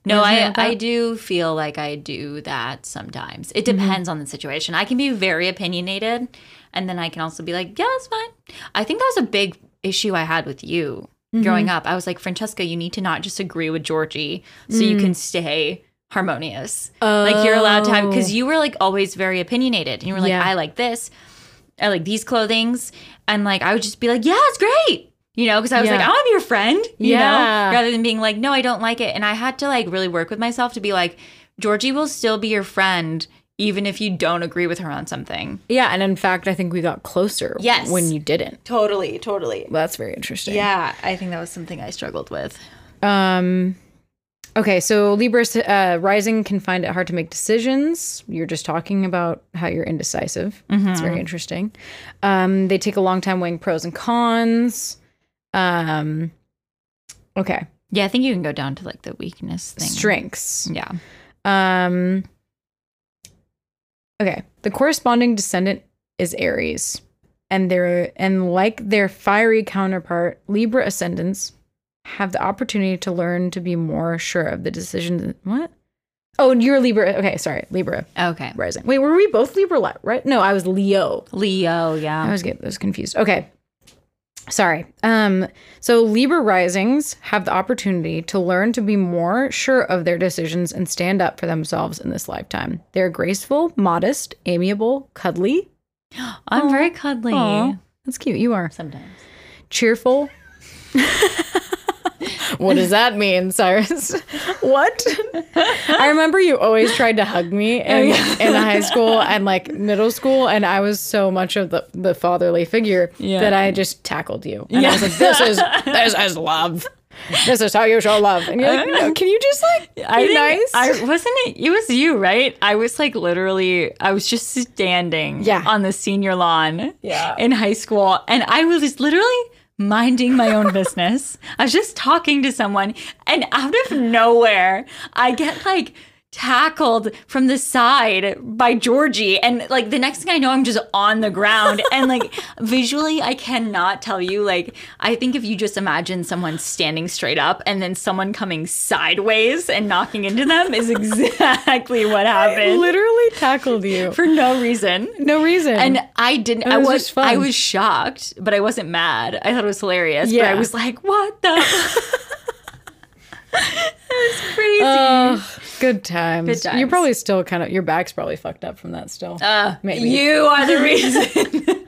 Speaker 1: No,
Speaker 3: Resonate
Speaker 1: I,
Speaker 3: with that?
Speaker 1: I do feel like I do that sometimes. It
Speaker 3: Mm-hmm.
Speaker 1: depends on the situation. I can be very opinionated, and then I can also be like, yeah, it's fine. I think that was a big issue I had with you growing
Speaker 3: Mm-hmm.
Speaker 1: up. I was like, Francesca, you need to not just agree with Georgie so you
Speaker 3: Mm.
Speaker 1: can stay harmonious. Like, you're allowed to have, because you were like always very opinionated, and you were like,
Speaker 3: Oh. Yeah.
Speaker 1: I like this, I like these clothings. And like, I would just be like, yeah, it's great. You know, because I was
Speaker 3: Yeah.
Speaker 1: like, I'm your friend. You
Speaker 3: Yeah.
Speaker 1: Know? Rather than being like, no, I don't like it. And I had to like really work with myself to be like, Georgie will still be your friend even if you don't agree with her on something.
Speaker 3: Yeah, and in fact, I think we got closer.
Speaker 1: Yes.
Speaker 3: when you didn't.
Speaker 1: Totally, totally.
Speaker 3: Well, that's very interesting.
Speaker 1: Yeah, I think that was something I struggled with.
Speaker 3: Um, okay, so Libra uh, rising can find it hard to make decisions. You're just talking about how you're indecisive. It's very interesting. Um, they take a long time weighing pros and cons. Um, okay,
Speaker 1: Yeah, I think you can go down to like the weakness thing.
Speaker 3: strengths.
Speaker 1: Yeah.
Speaker 3: Um, okay, the corresponding descendant is Aries, and their and like their fiery counterpart, Libra ascendants have the opportunity to learn to be more sure of the decision. What? Oh, and you're Libra. Okay, sorry, Libra
Speaker 1: Okay.
Speaker 3: rising. Wait, were we both Libra? li- Right? No, I was Leo.
Speaker 1: Leo,
Speaker 3: I
Speaker 1: yeah.
Speaker 3: always get those confused. Okay. Sorry. Um, so Libra risings have the opportunity to learn to be more sure of their decisions and stand up for themselves in this lifetime. They're graceful, modest, amiable, cuddly.
Speaker 1: I'm very cuddly
Speaker 3: That's cute. You are
Speaker 1: sometimes.
Speaker 3: cheerful. (laughs) what does that mean, Cyrus? what? Oh, I remember you always tried to hug me in, in high school and like middle school, and I was so much of the, the fatherly figure
Speaker 1: Yeah.
Speaker 3: that I just tackled you. And I was like, this is this is love. This is how you show love. And you're like, no, can you just like be
Speaker 1: I think-
Speaker 3: nice? (laughs)
Speaker 1: I wasn't it. It was you, right? I was like literally. I was just standing.
Speaker 3: Yeah.
Speaker 1: On the senior lawn. Yeah. In high school, and I was just literally minding my own business. I was just talking to someone, and out of nowhere, I get like tackled from the side by Georgie and like the next thing I know I'm just on the ground and like visually I cannot tell you like I think if you just imagine someone standing straight up and then someone coming sideways and knocking into them is exactly what happened
Speaker 3: literally tackled you for
Speaker 1: for no reason
Speaker 3: no reason.
Speaker 1: and I didn't I
Speaker 3: was
Speaker 1: was
Speaker 3: just fun.
Speaker 1: I was shocked but I wasn't mad I thought it was hilarious but I
Speaker 3: Yeah.
Speaker 1: was like what the That's crazy
Speaker 3: Oh, good times.
Speaker 1: Good
Speaker 3: You're
Speaker 1: times.
Speaker 3: probably still kind of your back's probably fucked up from that still.
Speaker 1: Uh,
Speaker 3: Maybe.
Speaker 1: You are the reason.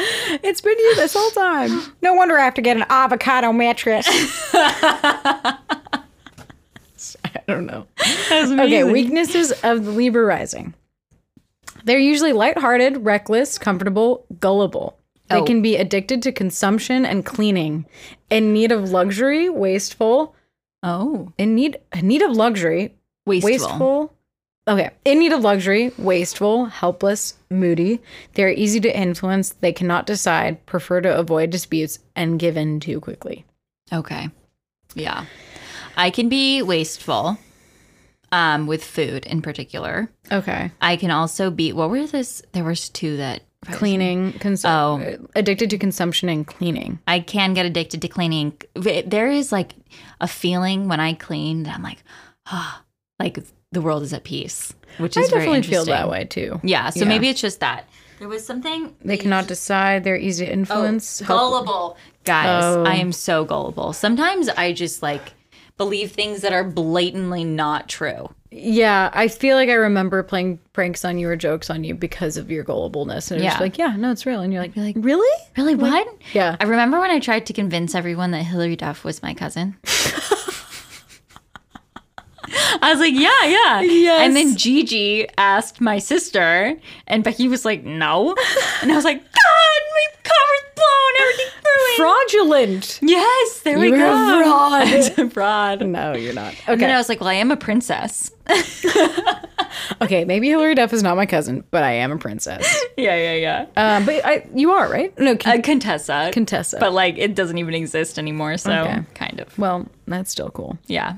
Speaker 3: It's been you this whole time. No wonder I have to get an avocado (laughs) mattress. I don't know. Okay, weaknesses of the Libra rising. They're usually lighthearted, reckless, comfortable, gullible. They
Speaker 1: Oh.
Speaker 3: can be addicted to consumption and cleaning, in need of luxury, wasteful,
Speaker 1: (laughs) Oh,
Speaker 3: in need in need of luxury,
Speaker 1: wasteful.
Speaker 3: wasteful. Okay. In need of luxury, wasteful, helpless, moody. They are easy to influence. They cannot decide, prefer to avoid disputes, and give in too quickly.
Speaker 1: Okay. Yeah. I can be wasteful um, with food in particular.
Speaker 3: Okay.
Speaker 1: I can also be, what were this? There was two that.
Speaker 3: Cleaning, cons-
Speaker 1: Oh.
Speaker 3: addicted to consumption and cleaning.
Speaker 1: I can get addicted to cleaning. There is like a feeling when I clean that I'm like, ah, like the world is at peace, which is
Speaker 3: I definitely
Speaker 1: very
Speaker 3: feel that
Speaker 1: interesting.
Speaker 3: way too.
Speaker 1: Yeah. So
Speaker 3: Yeah.
Speaker 1: maybe it's just that.
Speaker 4: There was something
Speaker 3: They cannot decide. They're easy
Speaker 1: Oh,
Speaker 3: to influence. help-
Speaker 4: gullible.
Speaker 1: guys
Speaker 3: Oh.
Speaker 1: i am so gullible sometimes i just like believe things that are blatantly not true
Speaker 3: Yeah, I feel like I remember playing pranks on you or jokes on you because of your gullibleness. And it was
Speaker 1: Yeah.
Speaker 3: like, yeah, no, it's real. And you're like, really?
Speaker 1: really what
Speaker 3: Yeah.
Speaker 1: i remember when i tried to convince everyone that hillary duff was my cousin I was like, yeah, yeah.
Speaker 3: Yes.
Speaker 1: And then Gigi asked my sister, and Becky was like, no. And I was like, God, my cover's blown, everything's ruined.
Speaker 3: Fraudulent.
Speaker 1: Yes, there we
Speaker 3: were a
Speaker 1: (laughs) go. Fraud. fraud.
Speaker 3: (laughs) No, you're not.
Speaker 1: And
Speaker 3: Okay.
Speaker 1: then I was like, well, I am a princess.
Speaker 3: Okay, maybe Hillary Duff is not my cousin, but I am a (laughs) princess.
Speaker 1: yeah, yeah, yeah.
Speaker 3: Um, but I, you are right. No, con-
Speaker 1: a Contessa.
Speaker 3: Contessa.
Speaker 1: But like it doesn't even exist anymore, so
Speaker 3: Okay.
Speaker 1: kind of.
Speaker 3: well, that's still cool.
Speaker 1: Yeah.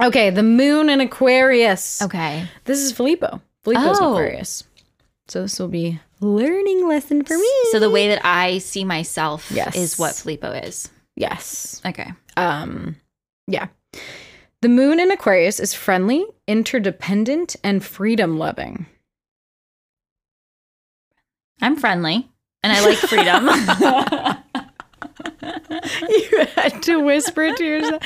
Speaker 3: Okay, the Moon in Aquarius.
Speaker 1: Okay.
Speaker 3: Oh, This is Filippo. Filippo's
Speaker 1: Oh.
Speaker 3: Aquarius. So this will be learning lesson for me.
Speaker 1: So the way that I see myself
Speaker 3: Yes.
Speaker 1: is what Filippo is.
Speaker 3: Yes.
Speaker 1: Okay.
Speaker 3: Um, yeah. The Moon in Aquarius is friendly, interdependent, and freedom loving.
Speaker 1: I'm friendly and (laughs) I like freedom.
Speaker 3: (laughs) you had to whisper it to yourself.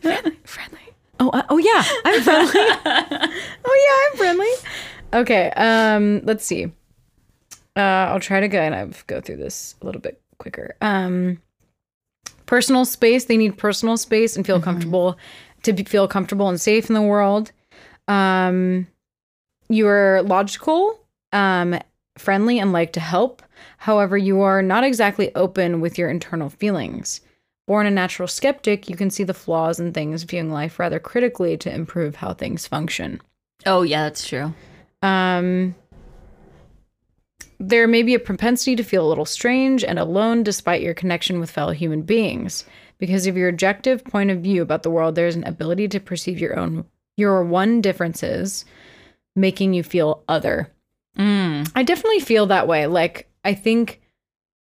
Speaker 3: Friendly, friendly. Oh, uh, oh yeah, I'm friendly. oh yeah, I'm friendly. Okay, um, let's see. Uh, I'll try to go and I've go through this a little bit quicker. Um, personal space. They need personal space and feel comfortable to be, feel comfortable and safe in the world. Um, you're logical, um, friendly, and like to help. However, you are not exactly open with your internal feelings. Born a natural skeptic, you can see the flaws in things, viewing life rather critically to improve how things function.
Speaker 1: oh yeah, that's true.
Speaker 3: Um, there may be a propensity to feel a little strange and alone despite your connection with fellow human beings. Because of your objective point of view about the world, there is an ability to perceive your own, your one differences, making you feel other.
Speaker 1: Mm.
Speaker 3: I definitely feel that way. Like, I think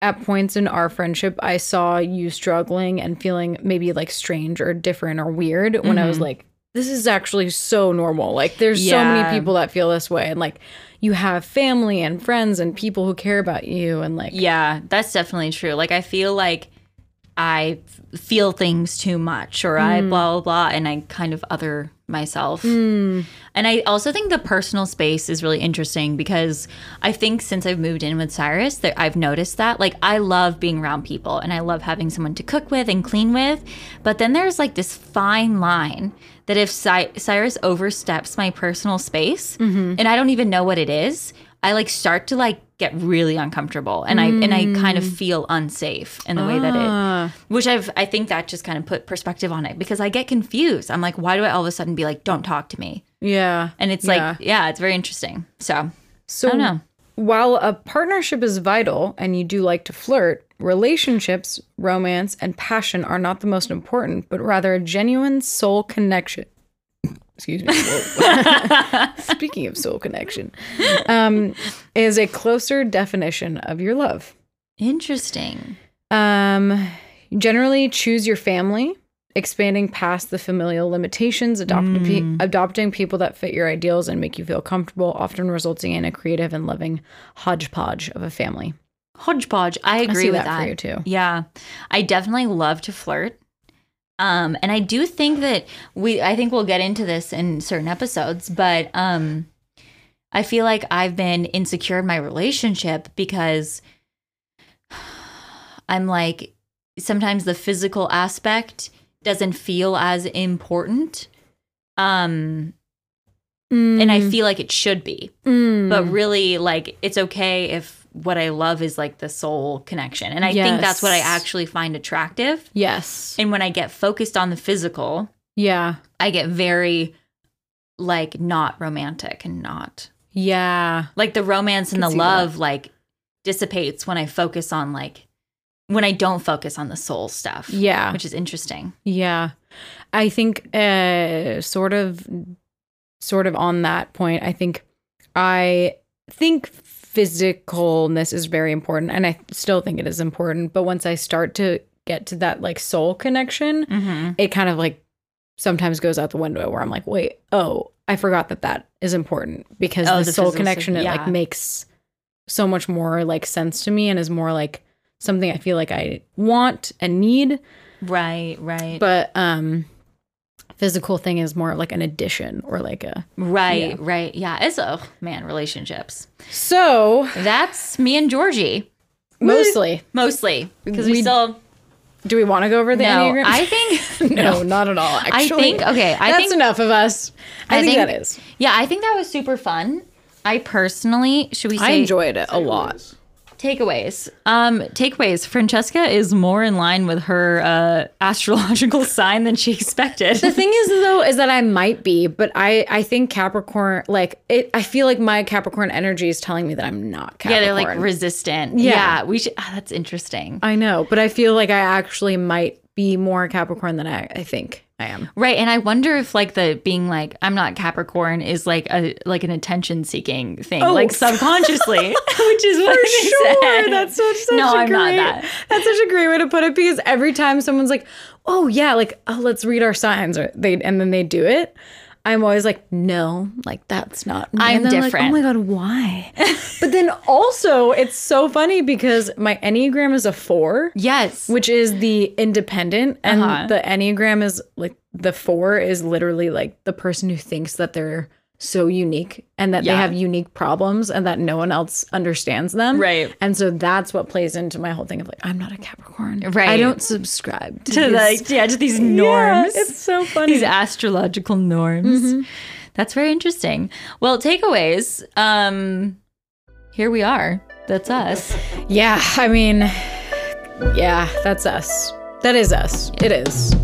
Speaker 3: at points in our friendship, I saw you struggling and feeling maybe like strange or different or weird when
Speaker 1: Mm-hmm.
Speaker 3: I was like, this is actually so normal. Like, there's so
Speaker 1: Yeah.
Speaker 3: many people that feel this way. And like, you have family and friends and people who care about you. And like,
Speaker 1: Yeah, that's definitely true. Like I feel like I f- feel things too much or I blah blah blah and I kind of other myself. And I also think the personal space is really interesting because I think since I've moved in with Cyrus that I've noticed that like I love being around people and I love having someone to cook with and clean with, but then there's like this fine line that if Cy- Cyrus oversteps my personal space and I don't even know what it is, I like start to like get really uncomfortable and I and I kind of feel unsafe in the way that it which I've I think that just kind of put perspective on it because I get confused. I'm like why do I all of a sudden be like don't talk to me?
Speaker 3: Yeah.
Speaker 1: And it's
Speaker 3: Yeah.
Speaker 1: like yeah, it's very interesting. So (laughs)
Speaker 3: So
Speaker 1: don't know.
Speaker 3: while a partnership is vital and you do like to flirt, relationships, romance, and passion are not the most important, but rather a genuine soul connection. Excuse me. Whoa. Speaking of soul connection, um, is a closer definition of your love.
Speaker 1: interesting.
Speaker 3: Um, generally, choose your family, expanding past the familial limitations, adopting,
Speaker 1: Hmm.
Speaker 3: pe- adopting people that fit your ideals and make you feel comfortable, often resulting in a creative and loving hodgepodge of a family.
Speaker 1: Hodgepodge. I agree
Speaker 3: see
Speaker 1: with
Speaker 3: that
Speaker 1: that.
Speaker 3: for you, too.
Speaker 1: Yeah. I definitely love to flirt. Um, and I do think that we I think we'll get into this in certain episodes, but um I feel like I've been insecure in my relationship because (sighs) I'm like sometimes the physical aspect doesn't feel as important. Um and
Speaker 3: Mm-hmm.
Speaker 1: I feel like it should be
Speaker 3: Mm.
Speaker 1: but really like it's okay if what i love is like the soul connection and i think that's what i
Speaker 3: Yes.
Speaker 1: actually find attractive
Speaker 3: yes.
Speaker 1: and when i get focused on the physical
Speaker 3: Yeah.
Speaker 1: i get very like not romantic and not
Speaker 3: Yeah.
Speaker 1: like the romance and
Speaker 3: Can
Speaker 1: the
Speaker 3: see that.
Speaker 1: love like dissipates when i focus on like when i don't focus on the soul stuff
Speaker 3: Yeah.
Speaker 1: which is interesting
Speaker 3: Yeah. I think uh sort of sort of on that point, I think I think physicalness is very important and I still think it is important, but once I start to get to that like soul connection,
Speaker 1: mm-hmm.
Speaker 3: it kind of like sometimes goes out the window where I'm like, "Wait, oh, I forgot that that is important because
Speaker 1: Oh,
Speaker 3: the,
Speaker 1: the
Speaker 3: soul
Speaker 1: physical-
Speaker 3: connection it like
Speaker 1: yeah.
Speaker 3: makes so much more like sense to me and is more like something I feel like I want and need."
Speaker 1: right right
Speaker 3: but um physical thing is more like an addition or like a
Speaker 1: right right yeah it's oh man relationships
Speaker 3: so
Speaker 1: that's me and georgie
Speaker 3: mostly
Speaker 1: mostly because we,
Speaker 3: We-
Speaker 1: still
Speaker 3: do we want to go over the
Speaker 1: no
Speaker 3: enneagram
Speaker 1: i
Speaker 3: (laughs)
Speaker 1: think
Speaker 3: no, not at all
Speaker 1: i
Speaker 3: actually
Speaker 1: think okay i
Speaker 3: that's
Speaker 1: think
Speaker 3: enough of us i,
Speaker 1: I
Speaker 3: think,
Speaker 1: think-
Speaker 3: that is
Speaker 1: yeah i think that was super fun i personally should we say
Speaker 3: i enjoyed it a lot
Speaker 1: takeaways um takeaways francesca is more in line with her uh astrological (laughs) sign than she expected
Speaker 3: the thing is though is that i might be but i i think capricorn like it i feel like my capricorn energy is telling me that i'm not
Speaker 1: yeah
Speaker 3: capricorn
Speaker 1: they're like resistant
Speaker 3: Yeah.
Speaker 1: yeah, we should ah, that's interesting
Speaker 3: i know but i feel like i actually might be more capricorn than i i think i am
Speaker 1: right and i wonder if like the being like i'm not capricorn is like a like an attention seeking thing like subconsciously
Speaker 3: (laughs)
Speaker 1: (laughs) which is what
Speaker 3: Oh. For sure.
Speaker 1: they said.
Speaker 3: That's such, such
Speaker 1: no
Speaker 3: a
Speaker 1: i'm
Speaker 3: great,
Speaker 1: not that
Speaker 3: That's such a great way to put it because every time someone's like, "Oh yeah, like oh let's read our signs," or they and then they do it. I'm always like, no, like that's not. Me.
Speaker 1: I'm
Speaker 3: And they're like,
Speaker 1: different.
Speaker 3: oh my god, why? (laughs) but then also, it's so funny because my enneagram is a four,
Speaker 1: yes
Speaker 3: which is the independent, and
Speaker 1: Uh-huh.
Speaker 3: the enneagram is like the four is literally like the person who thinks that they're so unique and that they
Speaker 1: Yeah.
Speaker 3: have unique problems and that no one else understands them.
Speaker 1: Right.
Speaker 3: And so that's what plays into my whole thing of like, I'm not a Capricorn.
Speaker 1: Right.
Speaker 3: I don't subscribe to,
Speaker 1: to
Speaker 3: this.
Speaker 1: like yeah to these
Speaker 3: Yeah,
Speaker 1: norms
Speaker 3: it's so funny.
Speaker 1: these astrological norms that's very interesting well takeaways um here we are that's us
Speaker 3: yeah. I mean, yeah, that's us. That is us. It is.